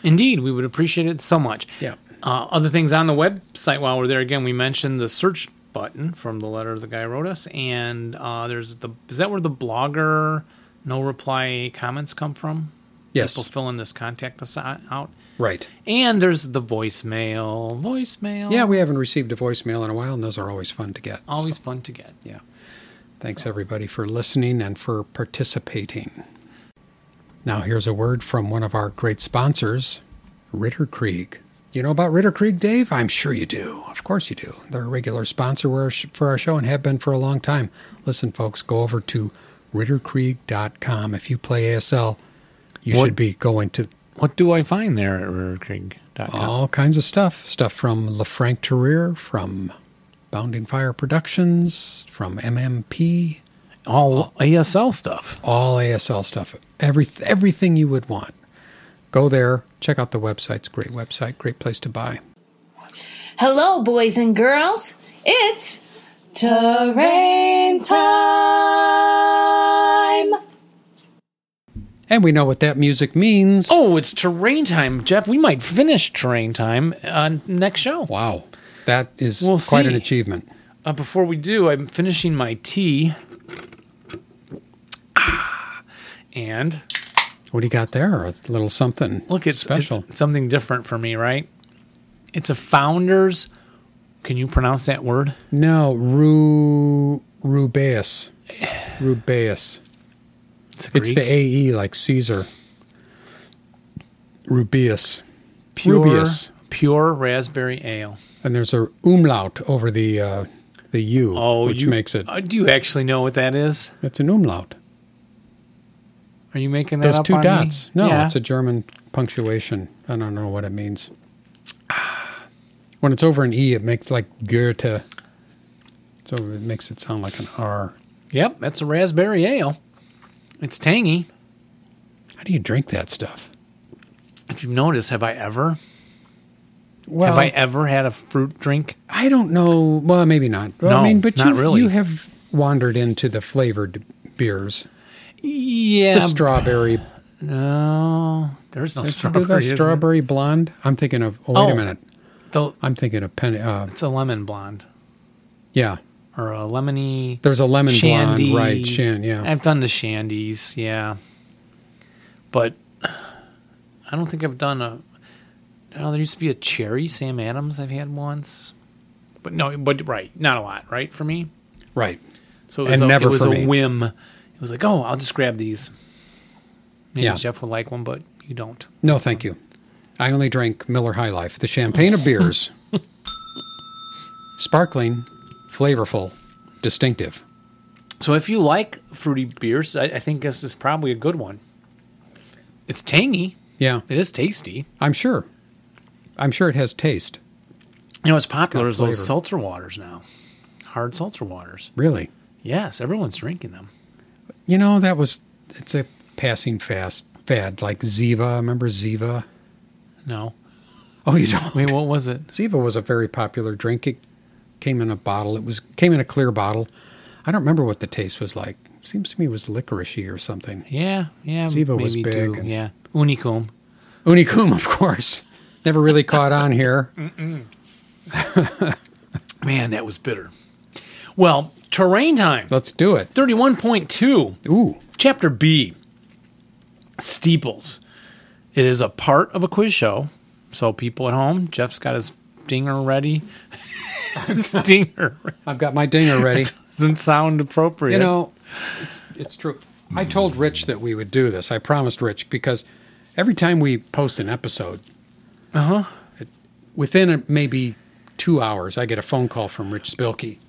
Indeed, we would appreciate it so much. Yeah. Uh, other things on the website while we're there, again, we mentioned the search button from the letter the guy wrote us, and uh, there's the is that where the blogger no reply comments come from? Yes. People fill in this contact us o- out, Right. and there's the voicemail. Voicemail, Yeah, we haven't received a voicemail in a while, and those are always fun to get. so, always fun to get. yeah. Thanks, everybody, for listening and for participating. Now, here's a word from one of our great sponsors, Ritter Krieg. You know about Ritter Krieg, Dave? I'm sure you do. Of course you do. They're a regular sponsor for our sh- for our show and have been for a long time. Listen, folks, go over to ritterkrieg.com. If you play ASL, you What- should be going to What do I find there at RiverCreek.com? all kinds of stuff. Stuff from LeFranc Terrier, from Bounding Fire Productions, from MMP, All ASL stuff. all ASL stuff. Every, everything you would want. Go there, check out the website. It's a great website, great place to buy. Hello, boys and girls. It's terrain time. And we know what that music means. Oh, it's terrain time, Jeff. We might finish terrain time on next show. Wow. That is We'll quite an see. achievement. Uh, before we do, I'm finishing my tea. Ah, And What do you got there? A little something look, it's, special. it's something different for me, right? It's a founder's. Can you pronounce that word? no, Ru, Rubaeus. Rubaeus. It's, It's the Greek. AE like Caesar. Rubius. pure, Rubius. pure raspberry ale. And there's a umlaut over the uh, the U, Oh, which you, makes it. uh, do you actually know what that is? It's an umlaut. Are you making that Those up two on me? dots. No, Yeah. it's a German punctuation. I don't know what it means. When it's over an E, it makes like Goethe. So it makes it sound like an R. Yep, that's a raspberry ale. It's tangy. How do you drink that stuff? If you've noticed, have I ever Well, have I ever had a fruit drink? I don't know. Well, maybe not. Well, I No, mean, but not you, really. you have wandered into the flavored beers. Yeah. The Um, strawberry. no, there's no Strawberry, strawberry. is there? uh, strawberry blonde. I'm thinking of. Oh, wait Oh. a minute. The- I'm thinking of penny. Uh, it's a lemon blonde yeah, or a lemony there's a lemon shandy. blonde, right? Shan. Yeah. I've done the shandies. Yeah. But I don't think I've done a. No, there used to be a cherry Sam Adams I've had once, but no, but right, not a lot, right for me. right. So it was And a, never it was for a me. whim. It was like, oh, I'll just grab these. Maybe Yeah. Jeff would like one, but you don't. No, thank you. I only drank Miller High Life, the champagne of beers. Sparkling, flavorful, distinctive. So if you like fruity beers, I, I think this is probably a good one. It's tangy. Yeah, It is tasty. I'm sure. I'm sure it has taste. You know, what's popular is those flavor. seltzer waters now. Hard seltzer waters. Really. Yes, everyone's drinking them. You know that was. It's a passing fast fad, like Ziva. Remember Ziva? No. Oh, you don't. Wait, what was it? Ziva was a very popular drink. It came in a bottle. It was came in a clear bottle. I don't remember what the taste was like. Seems to me it was licorice or something. Yeah, yeah. Ziva was maybe big do, and- Yeah. Unicum. Unicum, of course. Never really caught on here. Man, that was bitter. Well, terrain time. Let's do it. 31.2. Ooh. Chapter B Steeples. It is a part of a quiz show. So, people at home, Jeff's got his dinger ready. Stinger I've got my dinger ready. doesn't sound appropriate. You know, it's, it's true. I told Rich that we would do this. I promised Rich because every time we post an episode, Uh-huh. it- within a, maybe two hours, I get a phone call from Rich Spilkey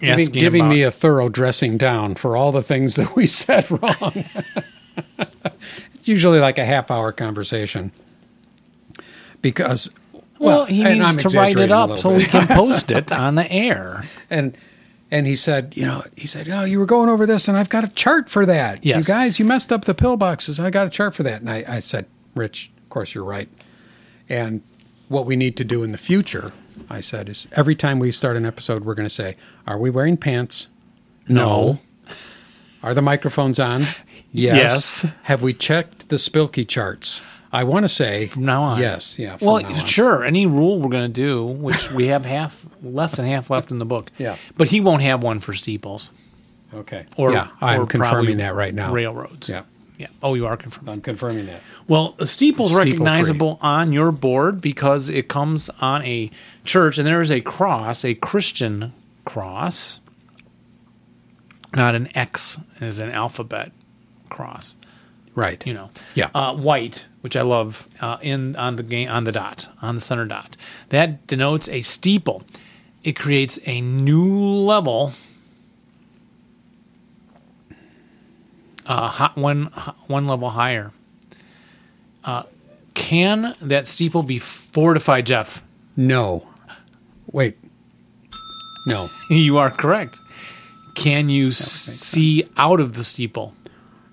giving, Asking giving about- me a thorough dressing down for all the things that we said wrong. it's usually like a half hour conversation because, well, he and needs I'm to write it exaggerating a up little so bit. we can post it on the air. and and he said, you know, he said, oh, you were going over this, and I've got a chart for that. Yes. You guys, you messed up the pillboxes. I got a chart for that, and I, I said, Rich, of course you're right. And what we need to do in the future, I said, is every time we start an episode, we're going to say, are we wearing pants? No. Are the microphones on? Yes. Have we checked the Spilky charts? I want to say From now on. Yes, yeah. from Well, now on. sure. Any rule we're going to do, which we have half, less than half left in the book. Yeah. But he won't have one for steeples Okay. or yeah, I'm or probably confirming that right now. Railroads. Yeah, Yeah. Oh, you are confirming. I'm confirming that. Well, a steeple's Steeple-free. recognizable on your board because it comes on a church, and there is a cross, a Christian cross, not an X, is an alphabet cross. Right. You know, Yeah. uh, white, which I love, uh, in on the game on the dot on the center dot. That denotes a steeple. It creates a new level. Uh, hot one hot- one level higher Uh, can that steeple be fortified, Jeff? No. Wait. No. you are correct. Can you see out of the steeple?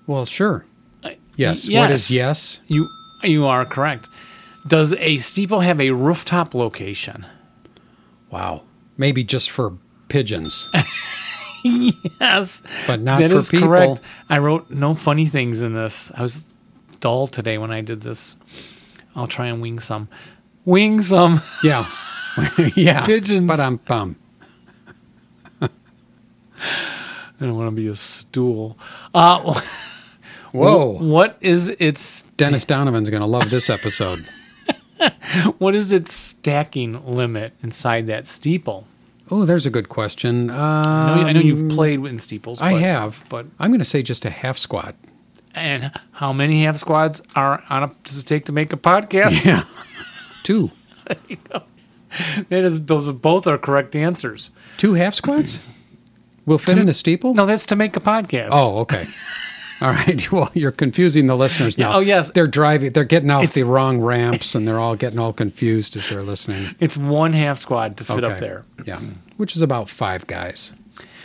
Well, sure. Yes. Uh, y- What is yes? You you are correct. Does a steeple have a rooftop location? Wow. Maybe just for pigeons, yes. but not that for is people. correct. I wrote no funny things in this. I was dull today when I did this. I'll try and wing some. Wing some. Yeah. yeah. Pigeons. But I'm bum. I don't want to be a stool. Uh, Whoa. what is its Dennis Donovan's going to love this episode. What is its stacking limit inside that steeple? Oh, there's a good question. I Uh, know, I know you've played in steeples. I but- have, but- I'm going to say just a half squat. And how many half squads are on a, does it take to make a podcast? Two. that is, those both are correct answers. Two half squats? Will fit in a steeple? No, that's to make a podcast. Oh, okay. All right. Well, you're confusing the listeners now. Yeah, oh, yes. They're driving, they're getting off It's- the wrong ramps and they're all getting all confused as they're listening. it's one half squad to fit Okay. up there. Yeah. Which is about five guys,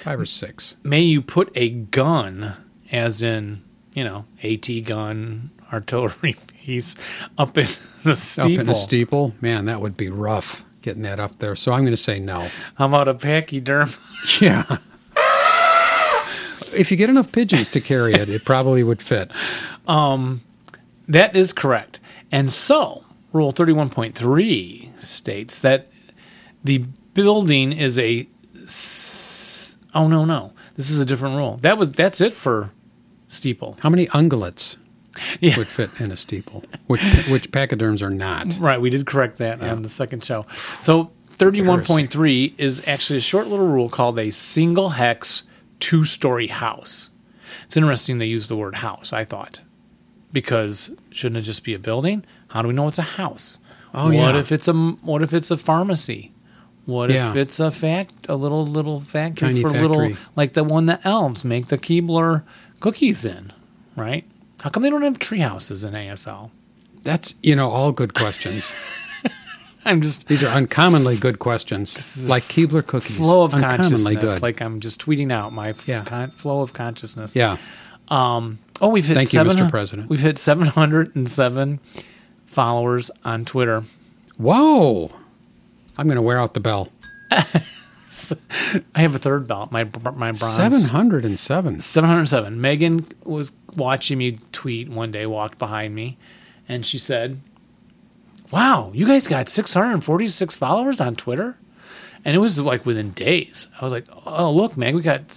five or six. May you put a gun, as in you know, AT gun, artillery piece, up in the steeple. Up in a steeple. Man, that would be rough getting that up there. So I'm going to say no. How about a pachyderm? Yeah. if you get enough pigeons to carry it, it probably would fit. That is correct. And so, Rule 31.3 states that the building is a. s- Oh no, no, this is a different rule. That was that's it for steeple. How many ungulates Yeah. would fit in a steeple? Which which pachyderms are not? Right, we did correct that on the second show. So 31.3 is actually a short little rule called a single hex two story house. It's interesting they use the word house, I thought, because shouldn't it just be a building? How do we know it's a house? Oh, what yeah. if it's a what if it's a pharmacy? What Yeah. if it's a fact a little little factory Tiny for factory. little like the one that elves make the Keebler cookies in, right? How come they don't have tree houses in ASL? That's you know all good questions. I'm just These are uncommonly good questions, like Keebler cookies. flow of uncommonly consciousness. good. Like I'm just tweeting out my f- Yeah. con- flow of consciousness. yeah, Oh, we've hit Thank you, seven. Mr. President. We've hit 707 followers on Twitter. whoa! I'm going to wear out the bell. I have a third belt. My br- my bronze. Seven hundred and seven. 707. Megan was watching me tweet one day, walked behind me, and she said, Wow, you guys got 646 followers on Twitter? And it was like within days. I was like, Oh, look, Meg, we got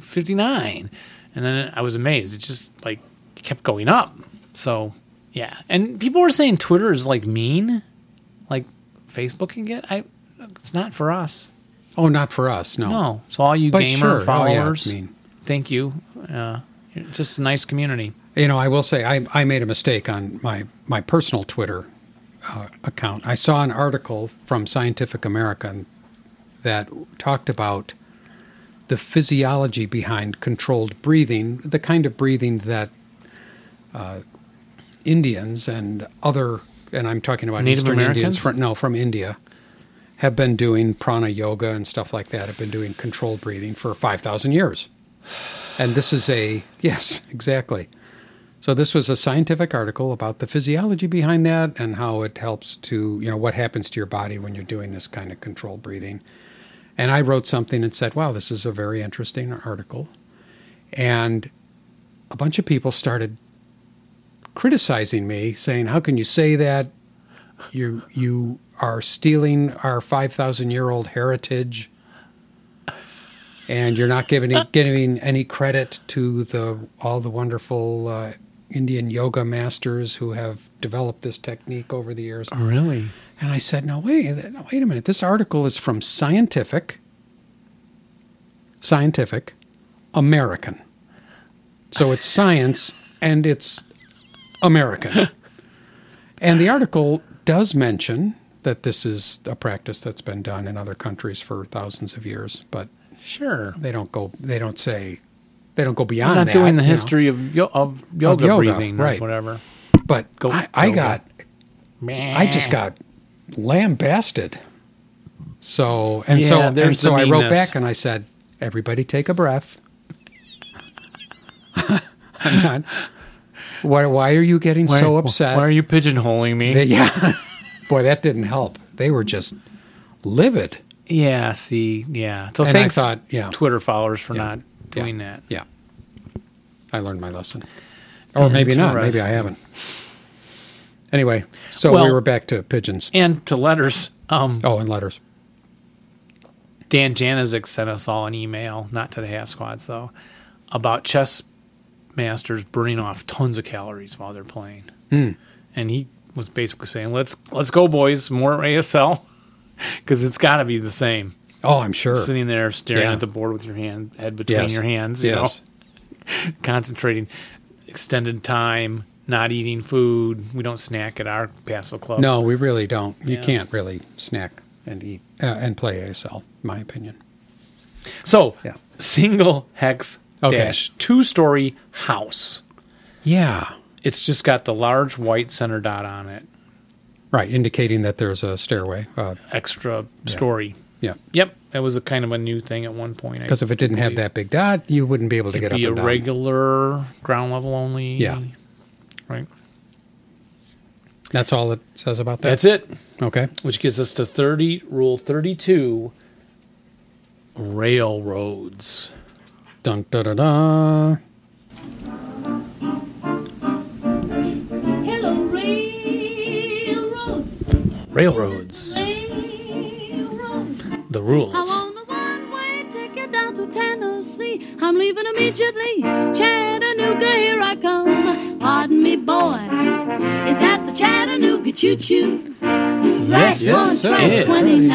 659. And then I was amazed. It just like kept going up. So, yeah. And people were saying Twitter is like mean, like Facebook can get. I, it's not for us. Oh, not for us. No. No. So all you But gamer sure. Oh, yeah, followers, it's mean. thank you. Uh, you're just a nice community. You know, I will say I, I made a mistake on my my personal Twitter uh, account. I saw an article from Scientific American that talked about the physiology behind controlled breathing, the kind of breathing that uh, Indians and other, and I'm talking about Native Eastern Indians, Americans? from, no, from India, have been doing prana yoga and stuff like that, have been doing controlled breathing for 5,000 years. And this is a, yes, exactly. So this was a scientific article about the physiology behind that and how it helps to, you know, what happens to your body when you're doing this kind of controlled breathing. And I wrote something and said, wow, this is a very interesting article. And a bunch of people started criticizing me, saying, "How can you say that? You you are stealing our five thousand year old heritage, and you're not giving giving any credit to the all the wonderful uh, Indian yoga masters who have developed this technique over the years." Really? And I said, "No wait, th- no, wait a minute. This article is from Scientific, Scientific American. So it's science and it's American. and the article does mention that this is a practice that's been done in other countries for thousands of years, but Sure. they don't go. They don't say. They don't go beyond I'm not that, doing the you know. history of, yo- of yoga yoga, breathing right. or whatever. But Go- I, I yoga. got I just got lambasted. So and so Yeah, and there's so the I wrote meanness. back and I said, "Everybody, take a breath." I'm not. Why, why are you getting so upset? Why are you pigeonholing me? They- yeah, boy, that didn't help. They were just livid. yeah. See. Yeah. So And I thanks, thought, yeah. Twitter followers for Yeah, not doing that. Yeah, I learned my lesson, or maybe not. Maybe I Interesting. haven't. Anyway, so we Well- were back to pigeons. And to letters, um, Oh, and letters. Dan Janizik sent us all an email, not to the half squads though, about chess masters burning off tons of calories while they're playing. Hmm. And he was basically saying, "Let's let's go, boys, more ASL, because it's got to be the same." Oh, I'm sure. Sitting there staring Yeah. at the board with your hand head between your hands, you Yes. know, concentrating, extended time, not eating food. We don't snack at our Paso Club. No, we really don't. You Yeah. can't really snack and eat uh, and play ASL, in my opinion. So, Yeah. single hex Okay. dash two story house. Yeah. It's just got the large white center dot on it. Right, indicating that there's a stairway. Uh, Extra story. yeah. Yep, that was a kind of a new thing at one point. Because if it didn't have that big dot, you wouldn't be able to it'd get up be a and down. regular ground level only. Yeah. right. That's all it says about that. That's it. Okay. Which gets us to thirty rule thirty two. Railroads. Dun da da da. Hello, railroad, Railroads. railroad. The I rules. want a one-way ticket down to Tennessee. I'm leaving immediately. Chattanooga, here I come. Pardon me, boy. Is that the Chattanooga choo-choo? Yes, Yes, it is.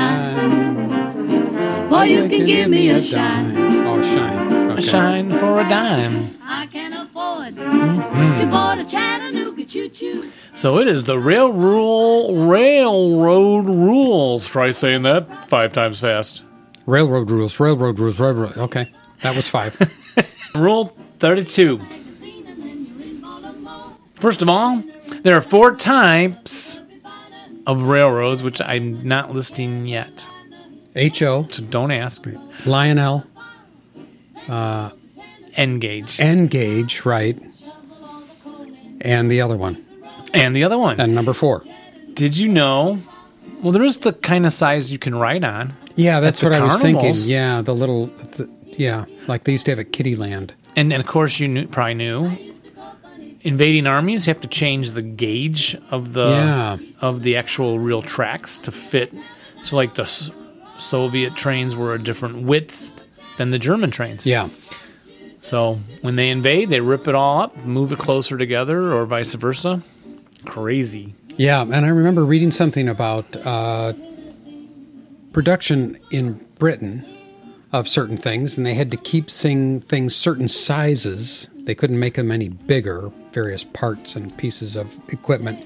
Boy, you can give me a shine. shine. Oh, shine. Okay. A shine for a dime. I can afford to board a Chattanooga choo-choo. So it is the rail rule, railroad rules. Try saying that five times fast. Railroad rules, railroad rules, railroad. Okay. That was five. Rule 32. Magazine and then you're in Baltimore. First of all, there are four types of railroads, which I'm not listing yet. H.O., So don't ask. Lionel, N gauge. N gauge, right? Shovel all the coal in. And the other one. And the other one. And number four. Did you know? Well, there is the kind of size you can ride on. Yeah, that's the what I was thinking. carnivals. Yeah, the little, the, yeah, like they used to have at Kittyland. And, and of course, you knew, probably knew invading armies have to change the gauge of the Yeah. of the actual real tracks to fit. So, like the S- Soviet trains were a different width than the German trains. Yeah, So when they invade, they rip it all up, move it closer together, or vice versa. Crazy. yeah, and I remember reading something about uh, production in Britain of certain things, and they had to keep sing, things certain sizes. They couldn't make them any bigger. Various parts and pieces of equipment.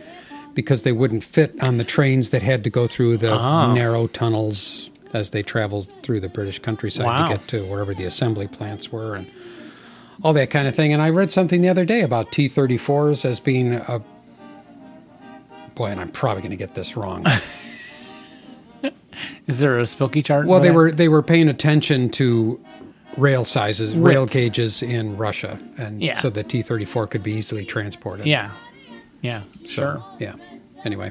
Because they wouldn't fit on the trains that had to go through the Ah. narrow tunnels as they traveled through the British countryside Wow. to get to wherever the assembly plants were and all that kind of thing. And I read something the other day about T 34s as being a. Boy, and I'm probably going to get this wrong. Is there a Spilky chart? Well, for they that? were they were paying attention to rail sizes, rail Width. gauges in Russia, and Yeah. so the T 34 could be easily transported. Yeah. Yeah. Sure. So, yeah. Anyway,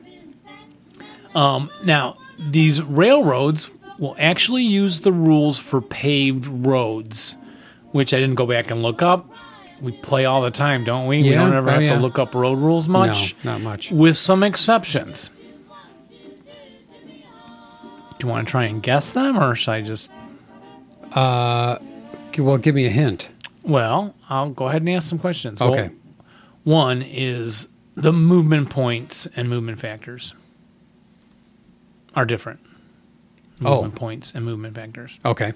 Now, these railroads will actually use the rules for paved roads, which I didn't go back and look up. we play all the time, don't we? we Yeah. don't ever Oh, have yeah. to look up road rules much. No, not much. With some exceptions. Do you want to try and guess them, or should I just? G- Well, give me a hint. Well, I'll go ahead and ask some questions. Well, Okay. one is the movement points and movement factors are different. Oh. Movement points and movement factors okay.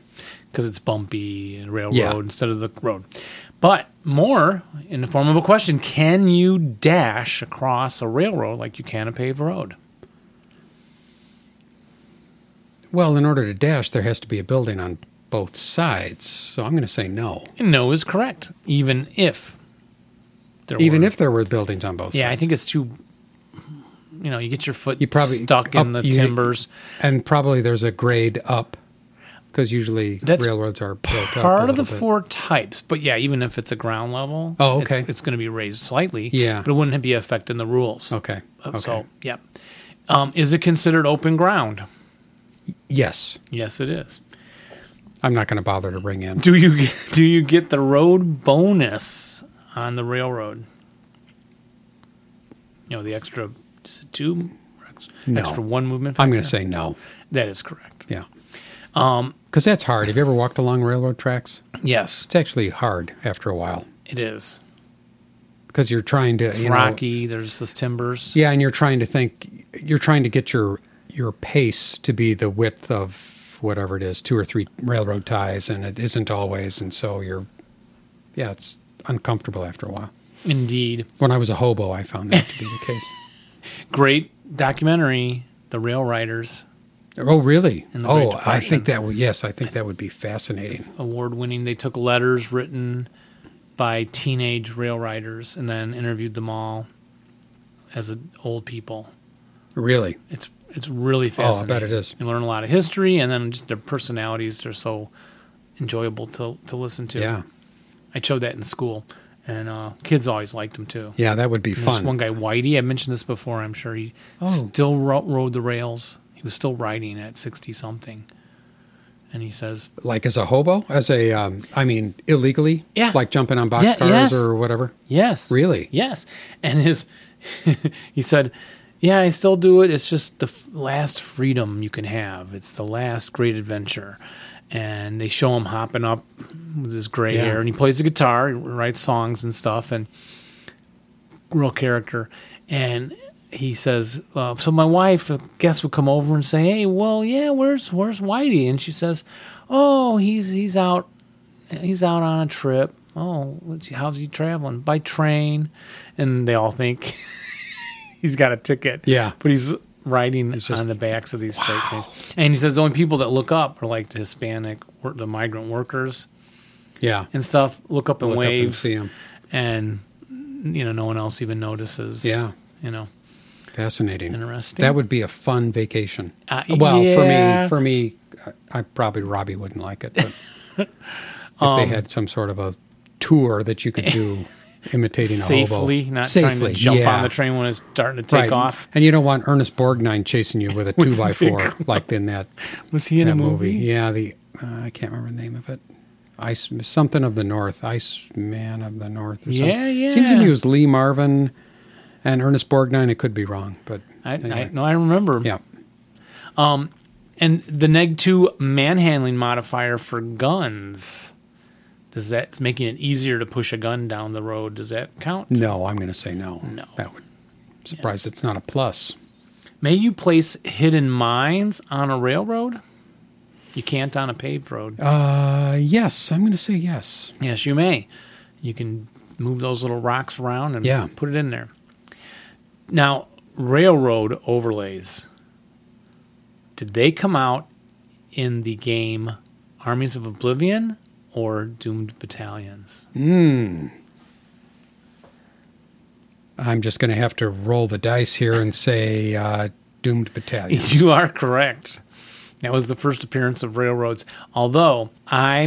because it's bumpy and railroad Yeah. instead of the road. But more in the form of a question: Can you dash across a railroad like you can a paved road? Well, in order to dash, there has to be a building on both sides. So I'm going to say no. And no is correct, even if there Even were- if there were buildings on both sides. yeah, I think it's too. You know, you get your foot You probably- stuck in up- the you- timbers. And probably there's a grade up because usually That's railroads are built up a part of the little bit. four types. But yeah, even if it's a ground level, Oh, it's- okay. it's, going to be raised slightly. Yeah. but it wouldn't be affecting the rules. Okay. Uh, okay. So yeah, um, is it considered open ground? yes. Yes, it is. I'm not going to bother to ring in. Do you get- do you get the road bonus on the railroad? You know the extra is it two ex- No. extra one movement. I'm going to say factor? no. that is correct. Yeah. Um, Because that's hard. Have you ever walked along railroad tracks? Yes, It's actually hard after a while it is. because you're trying to. It's you know- rocky. there's this timbers. yeah, and you're trying to think. You're trying to get your your pace to be the width of whatever it is, two or three railroad ties, and it isn't always. And so you're, yeah, it's uncomfortable after a while. Indeed. When I was a hobo, I found that to be the case. great documentary, The Rail Riders, Oh, really? In the Great Oh, I Depression. think that would. Yes, I think that would be fascinating. award winning. They took letters written by teenage rail riders and then interviewed them all as a, old people. Really. It's it's really Oh, I fascinating. bet it is. You learn a lot of history and then just their personalities are so enjoyable to to listen to. Yeah. I showed that in school and uh, kids always liked them too. Yeah, that would be And fun. This one guy, Whitey, I mentioned this before, I'm sure. He Oh. still ro- rode the rails. He was still riding at 60 something. And he says, like as a hobo, as a, um, I mean, illegally, Yeah. like jumping on boxcars Yeah, yes. or whatever. Yes. Really? Yes. And his, he said, yeah, I still do it. It's just the f- last freedom you can have. It's the last great adventure. And they show him hopping up with his gray Yeah. hair, and he plays the guitar, he writes songs and stuff, and real character. And he says, uh, so my wife, I guess, would come over and say, hey, well, yeah, where's where's Whitey? And she says, oh, he's he's out he's out on a trip. Oh, what's he, how's he traveling? By train. And they all think he's got a ticket. Yeah. But he's riding just- on the backs of these freight trains. And he says the only people that look up are like the Hispanic, wor- the migrant workers Yeah. and stuff, look up and Look up wave. and see 'em. and, you know, no one else even notices. Yeah. You know, Fascinating. Interesting. That would be a fun vacation. Uh, well, yeah. for me, for me, I, I probably Robbie wouldn't like it. But if Um, they had some sort of a tour that you could do imitating a hobo safely, not trying to jump on the train when it's starting to take Right. off. and you don't want Ernest Borgnine chasing you with a two by big four like in that Was he in that a movie? movie. Yeah, the uh, I can't remember the name of it. Ice something of the North, Ice Man of the North. Or Yeah, something. yeah. Seems to me it was Lee Marvin and Ernest Borgnine. It could be wrong, but I, I, anyway. no, I remember. yeah, And the neg two manhandling modifier for guns. Does that it's making it easier to push a gun down the road? Does that count? no, I'm going to say no. No. that would surprised it's not a plus. May you place hidden mines on a railroad? You can't on a paved road. Uh, yes, I'm going to say yes. Yes, you may. You can move those little rocks around and Yeah. put it in there. Now, railroad overlays. Did they come out in the game Armies of Oblivion or Doomed Battalions? I'm just going to have to roll the dice here and say uh, doomed battalion. You are correct. That was the first appearance of railroads. Although I'm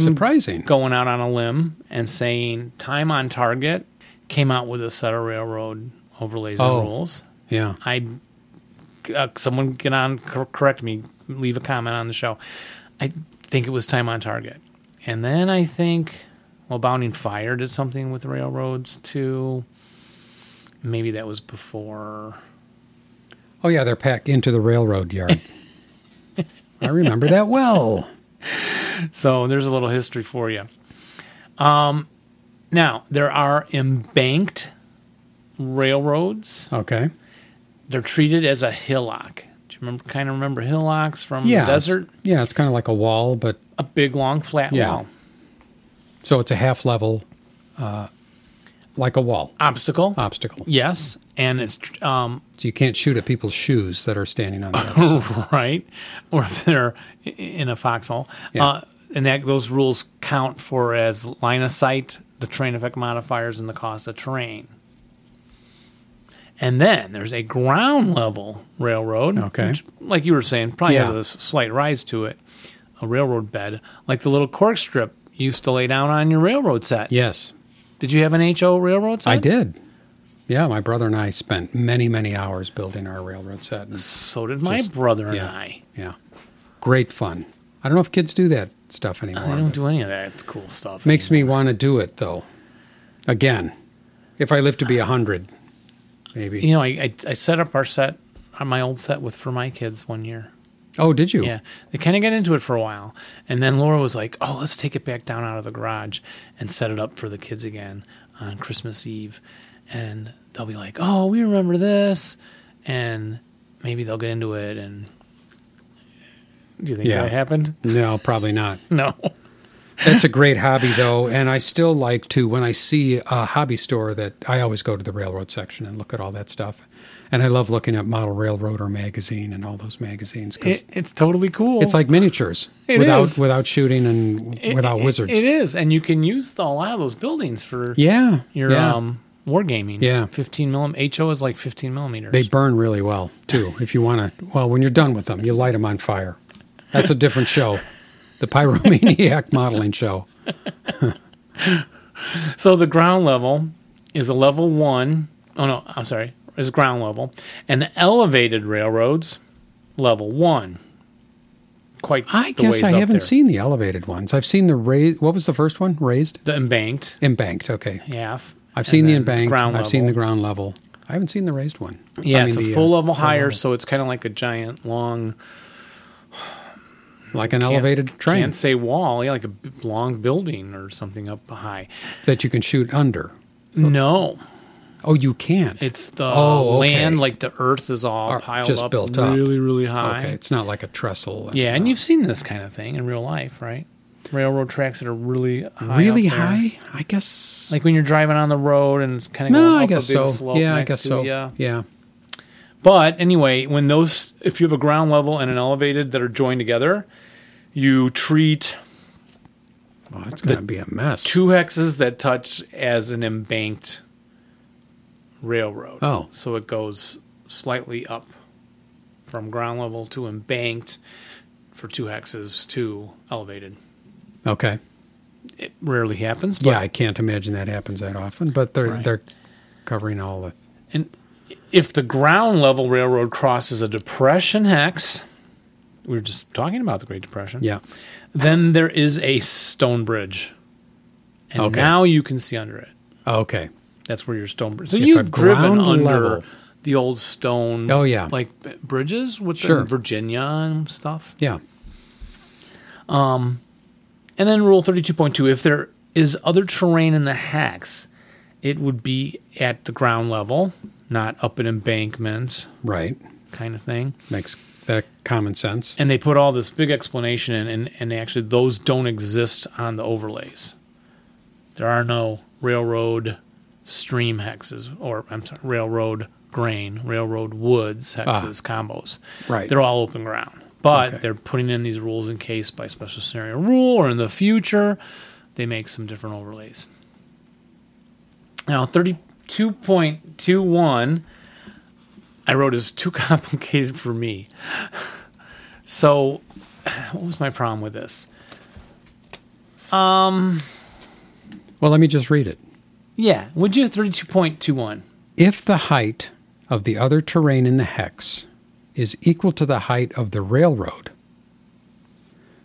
Surprising. going out on a limb and saying Time on Target came out with a set of railroad overlays Oh. and rules. yeah, I uh, someone get on cor- correct me, leave a comment on the show. I think it was Time on Target, and then I think Well, Bounding Fire did something with railroads too. Maybe that was before. Oh yeah, they're packed into the railroad yard. I remember that well. So there's a little history for you. Um, now there are embanked railroads. Okay. They're treated as a hillock. Do you remember? Kind of remember hillocks from Yeah. the desert? It's, yeah, it's kind of like a wall, but A big long flat Yeah. wall so it's a half level, uh, like a wall obstacle. obstacle. yes, and it's tr- um, So you can't shoot at people's shoes that are standing on the other side. right, or if they're i- in a foxhole, Yeah. uh, and that those rules count for as line of sight, the train effect modifiers, and the cost of terrain. And then there's a ground level railroad, Okay. which, like you were saying, probably has Yeah. a s- slight rise to it, a railroad bed, like the little cork strip you used to lay down on your railroad set. Yes, Did you have an HO railroad set? I did. Yeah, my brother and I spent many, many hours building our railroad set. and- So did my Just- brother and yeah. I. yeah, great fun. I don't know if kids do that stuff anymore. I but- don't do any of that cool stuff. Makes me want to do it though. Again, if I live to be a hundred, maybe. you know, I, I I set up our set, uh, my old set with for my kids one year. Oh, did you? Yeah, they kind of got into it for a while, and then Laura was like, "Oh, let's take it back down out of the garage and set it up for the kids again on Christmas Eve," and they'll be like, "Oh, we remember this," and maybe they'll get into it. And do you think Yeah. that happened? No, probably not. No. That's a great hobby though, and I still like to when I see a hobby store that I always go to the railroad section and look at all that stuff. And I love looking at Model Railroader magazine and all those magazines because It, it's totally cool. it's like miniatures It without is. without shooting and It- without it- wizards. it is, and you can use a lot of those buildings for yeah, your yeah. um wargaming. Yeah. 15 millim. HO is like 15 millimeters. They burn really well too. If you want to, well, when you're done with them, you light them on fire. That's a different show, the pyromaniac modeling show. so the ground level is a level one. Oh no, I'm sorry. Is ground level and the elevated railroads level one. Quite. I the guess ways I up haven't there. seen the elevated ones. I've seen the raised. What was the first one? Raised, the embanked embanked. Okay, half. I've and seen the then embanked. Ground I've seen the level. ground level. I haven't seen the raised one. Yeah, I mean, it's the, a uh, full level higher, so it's kind of like a giant long like an elevated train Can't say wall, yeah, like a b- long building or something up high. that you can shoot under. No, Oh, you can't. It's the Oh, okay. land, like the earth is all Are- piled just up, built up. really, really high. okay. It's not like a trestle. Yeah, and uh, you've seen this kind of thing in real life, right? Railroad tracks that are really high really up there. high. I guess. like when you're driving on the road and it's kind of no, going I up guess a big so. slope. Yeah, I next guess to so. you. yeah. But anyway, when those, if you have a ground level and an elevated that are joined together, you treat Well, that's gonna be a mess. two hexes that touch as an embanked railroad. Oh. So it goes slightly up from ground level to embanked for two hexes to elevated. Okay. It rarely happens, but Yeah, I can't imagine that happens that often, but they're Right. they're covering all the and if the ground level railroad crosses a depression hex, we were just talking about the Great Depression. yeah. Then there is a stone bridge. And Okay. now you can see under it. Okay. That's where your stone bridge. So If a you've driven ground under level- the old stone. Oh, yeah. like b- bridges with the- Sure. Virginia and stuff. Yeah. And then Rule thirty two point two: If there is other terrain in the hex, it would be at the ground level, not up an embankment Right. kind of thing. Makes that common sense. And they put all this big explanation in, and, and actually those don't exist on the overlays. There are no railroad stream hexes, or I'm sorry, railroad grain, railroad woods hexes combos. Right. They're all open ground. But Okay. they're putting in these rules in case by special scenario rule or in the future they make some different overlays. Now, 32.21 I wrote is too complicated for me. So, what was my problem with this? Well, let me just read it. Yeah, would you 32.21? If the height of the other terrain in the hex is equal to the height of the railroad,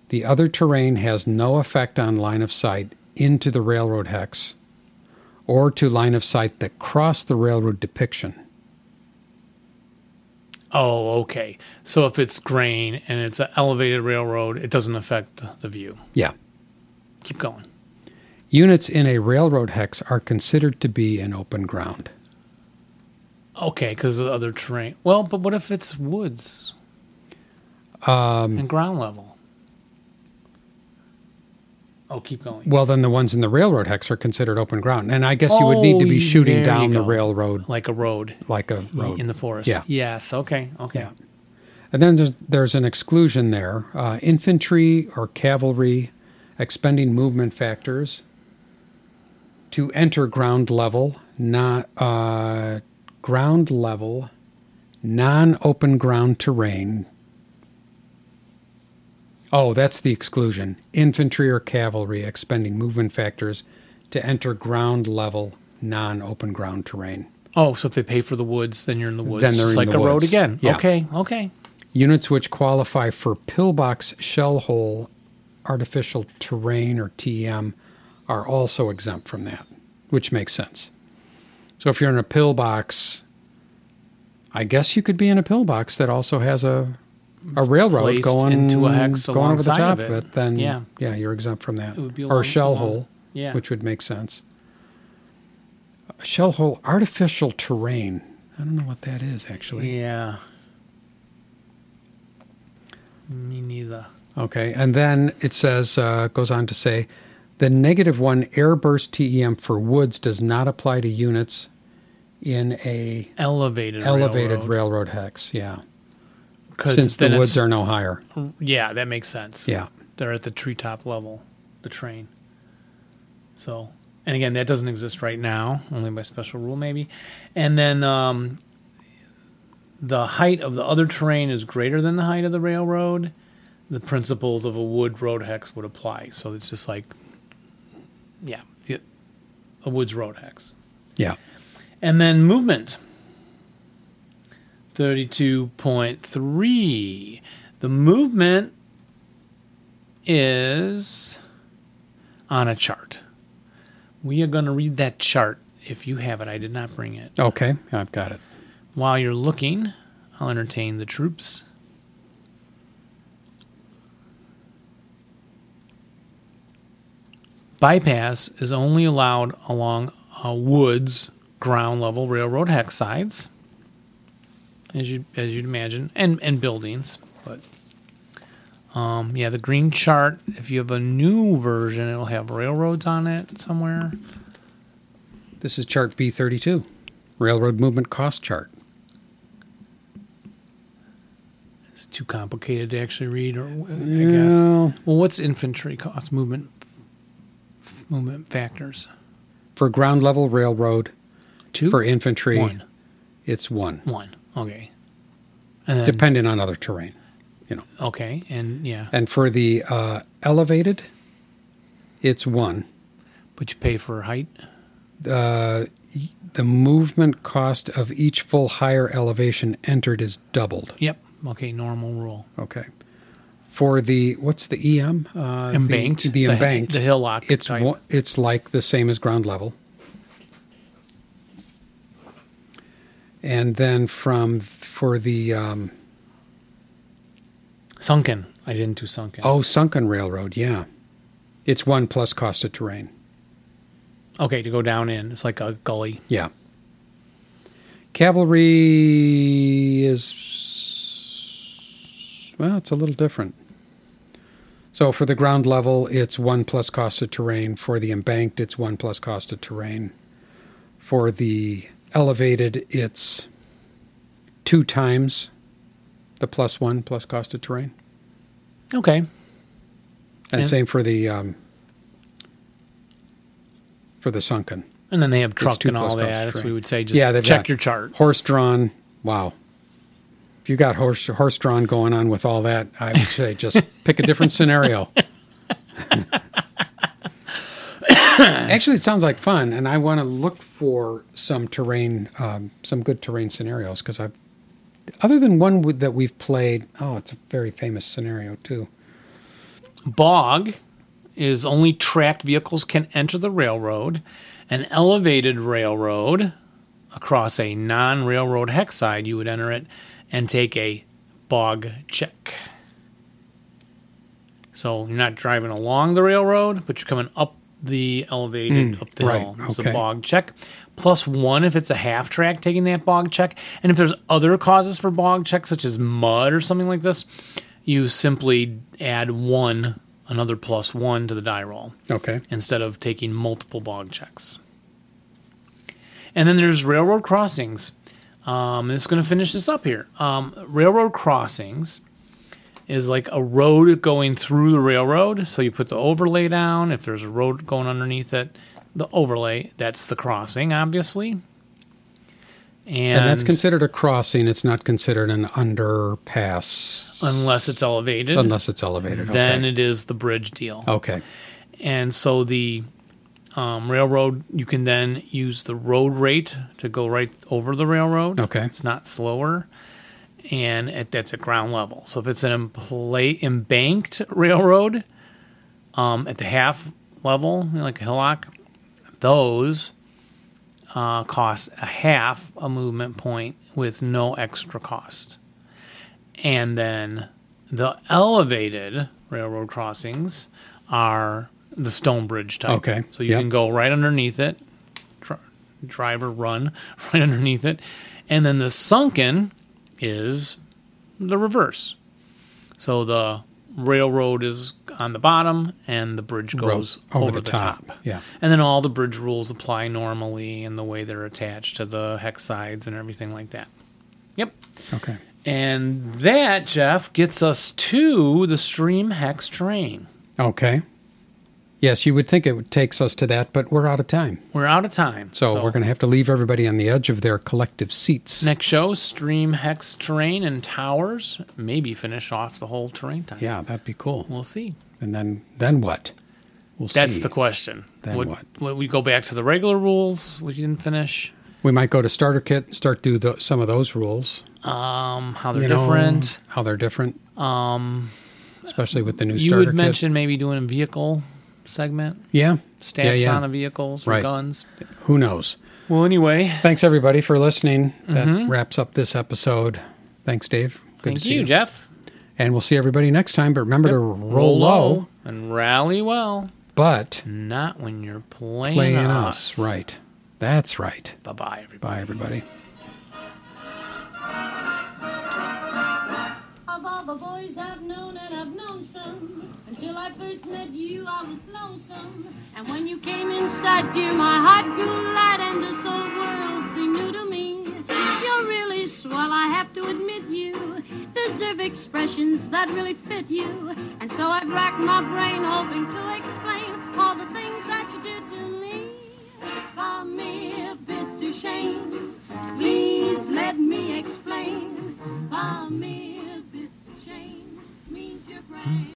the other terrain has no effect on line of sight into the railroad hex or to line of sight that cross the railroad depiction. Oh, okay. So if it's grain and it's an elevated railroad, it doesn't affect the, the view. Yeah. Keep going. Units in a railroad hex are considered to be in open ground. Okay, because of the other terrain. Well, but what if it's woods um, and ground level? Oh, keep going. Well, then the ones in the railroad hex are considered open ground. And I guess you would need to Oh, be shooting there down you the go. railroad Like a road like a road. in the forest. Yeah. Yes. Okay. Okay. Yeah. And then there's, there's an exclusion there uh, infantry or cavalry expending movement factors to enter ground level, not uh, ground level, non open ground terrain. Oh, that's the exclusion. Infantry or cavalry expending movement factors to enter ground level, non open ground terrain. Oh, so if they pay for the woods, then you're in the woods. Then they're just in like the a road woods. again. Yeah. Okay. Okay. Units which qualify for pillbox shell hole artificial terrain or TM are also exempt from that, which makes sense. So if you're in a pillbox, I guess you could be in a pillbox that also has a a railroad placed going into a hex going over the alongside top of of it. it. Then Yeah. yeah, you're exempt from that. It would be or along- a shell along- hole, Yeah. which would make sense. A shell hole artificial terrain. I don't know what that is actually. Yeah. Me neither. Okay, and then it says uh, goes on to say the negative one airburst TEM for woods does not apply to units in a Elevated. elevated railroad railroad. hex. Yeah, 'Cause since the then woods it's- are no higher. Yeah, that makes sense. Yeah, They're at the treetop level, the train. So, and again, that doesn't exist right now, only by special rule maybe. And then um, the height of the other terrain is greater than the height of the railroad. The principles of a wood road hex would apply. So it's just like, yeah, the- a woods road hex. yeah. And then movement. 32.3. The movement is on a chart. We are going to read that chart if you have it. I did not bring it. Okay, I've got it. While you're looking, I'll entertain the troops. Bypass is only allowed along uh, woods ground level railroad hex sides, as you as you'd imagine, and and buildings. But um, yeah, the green chart. If you have a new version, it'll have railroads on it somewhere. This is chart B thirty two, railroad movement cost chart. It's too complicated to actually read, or I guess. Well, Well, what's infantry cost movement f- movement factors? for ground level railroad Two for infantry, one it's one, one. Okay, and then, depending on other terrain. okay, and yeah, And for the uh, elevated, it's one. but you pay for height. the movement cost of each full higher elevation entered is doubled. Yep. Okay, normal rule. Okay. For the what's the EM? Uh, the- Embanked. The, hi- embanked. The hillock. it's type. one, it's like the same as ground level. And then from for the um, sunken. I didn't do sunken. oh sunken railroad, yeah, it's one plus cost of terrain. Okay, to go down in. It's like a gully. Yeah. Cavalry is well, it's a little different. So for the ground level, it's one plus cost of terrain. For the embanked, it's one plus cost of terrain. For the elevated, it's two times the plus one plus cost of terrain. Okay. And Yeah. same for the um, for the sunken. And then they have truck two and plus all cost that. of That's what train. we would say. Just they've check got your chart. Horse drawn. Wow. If you got horse horse drawn going on with all that, I would say just pick a different scenario. Actually, it sounds like fun, and I want to look for some terrain, um, some good terrain scenarios because I've, other than one with, that we've played, oh, it's a very famous scenario too. Bog is only tracked vehicles can enter the railroad. An elevated railroad across a non railroad hex side, you would enter it and take a bog check. So you're not driving along the railroad, but you're coming up the elevated up the Hmm, right, hill. It's okay. a bog check. Plus one if it's a half track taking that bog check. And if there's other causes for bog checks, such as mud or something like this, you simply add one, another plus one to the die roll Okay. instead of taking multiple bog checks. And then there's railroad crossings. Um, this is going to finish this up here. Um, railroad crossings is like a road going through the railroad. So you put the overlay down. If there's a road going underneath it, the overlay, that's the crossing, obviously. And, And, that's considered a crossing. It's not considered an underpass unless it's elevated. unless it's elevated. Oh, then okay. it is the bridge deal. okay. and so the um, railroad you can then use the road rate to go right over the railroad Okay. it's not slower and it, that's at ground level so if it's an empla- embanked railroad um, at the half level you know, like a hillock those uh, cost a half a movement point with no extra cost and then the elevated railroad crossings are the stone bridge type. Okay, So you yep. can go right underneath it, dri drive or run right underneath it. And then the sunken is the reverse. So the railroad is on the bottom and the bridge Ro- goes over, the, top. Yeah. And then all the bridge rules apply normally and the way they're attached to the hex sides and everything like that. Yep. Okay. And that, Jeff, gets us to the Stream Hex train. Okay. Yes, you would think it would- takes us to that, but we're out of time. We're out of time. So, we're going to have to leave everybody on the edge of their collective seats. Next show, Stream Hex Terrain and Towers. Maybe finish off the whole terrain time. Yeah, that'd be cool. We'll see. And then then what? We'll That's see. the question. Then would, what? would we go back to the regular rules? We didn't finish. we might go to starter kit and start do tho- some of those rules. Um, how they're you know, different. how they're different. Um, especially with the new You starter would kit. mention maybe doing a vehicle segment, yeah, stats yeah, yeah. on the vehicles, or Right. guns. Who knows? Well, anyway, Thanks everybody for listening. That wraps up this episode. Thanks, Dave. Good Mm-hmm. thank to see you, Jeff. And we'll see everybody next time. But remember to roll low, and rally well. but Not when you're playing, playing us. us. Right. That's right. Bye bye, everybody. Bye, everybody. Of all the boys I've known, and I've known some, until I first met you, I was lonesome. And when you came inside, dear, my heart grew light, and this whole world seemed new to me. You're really swell, I have to admit you deserve expressions that really fit you. And so I've racked my brain, hoping to explain all the things that you did to me. From mere bliss to shame, please let me explain. From mere bliss to shame means you're grand.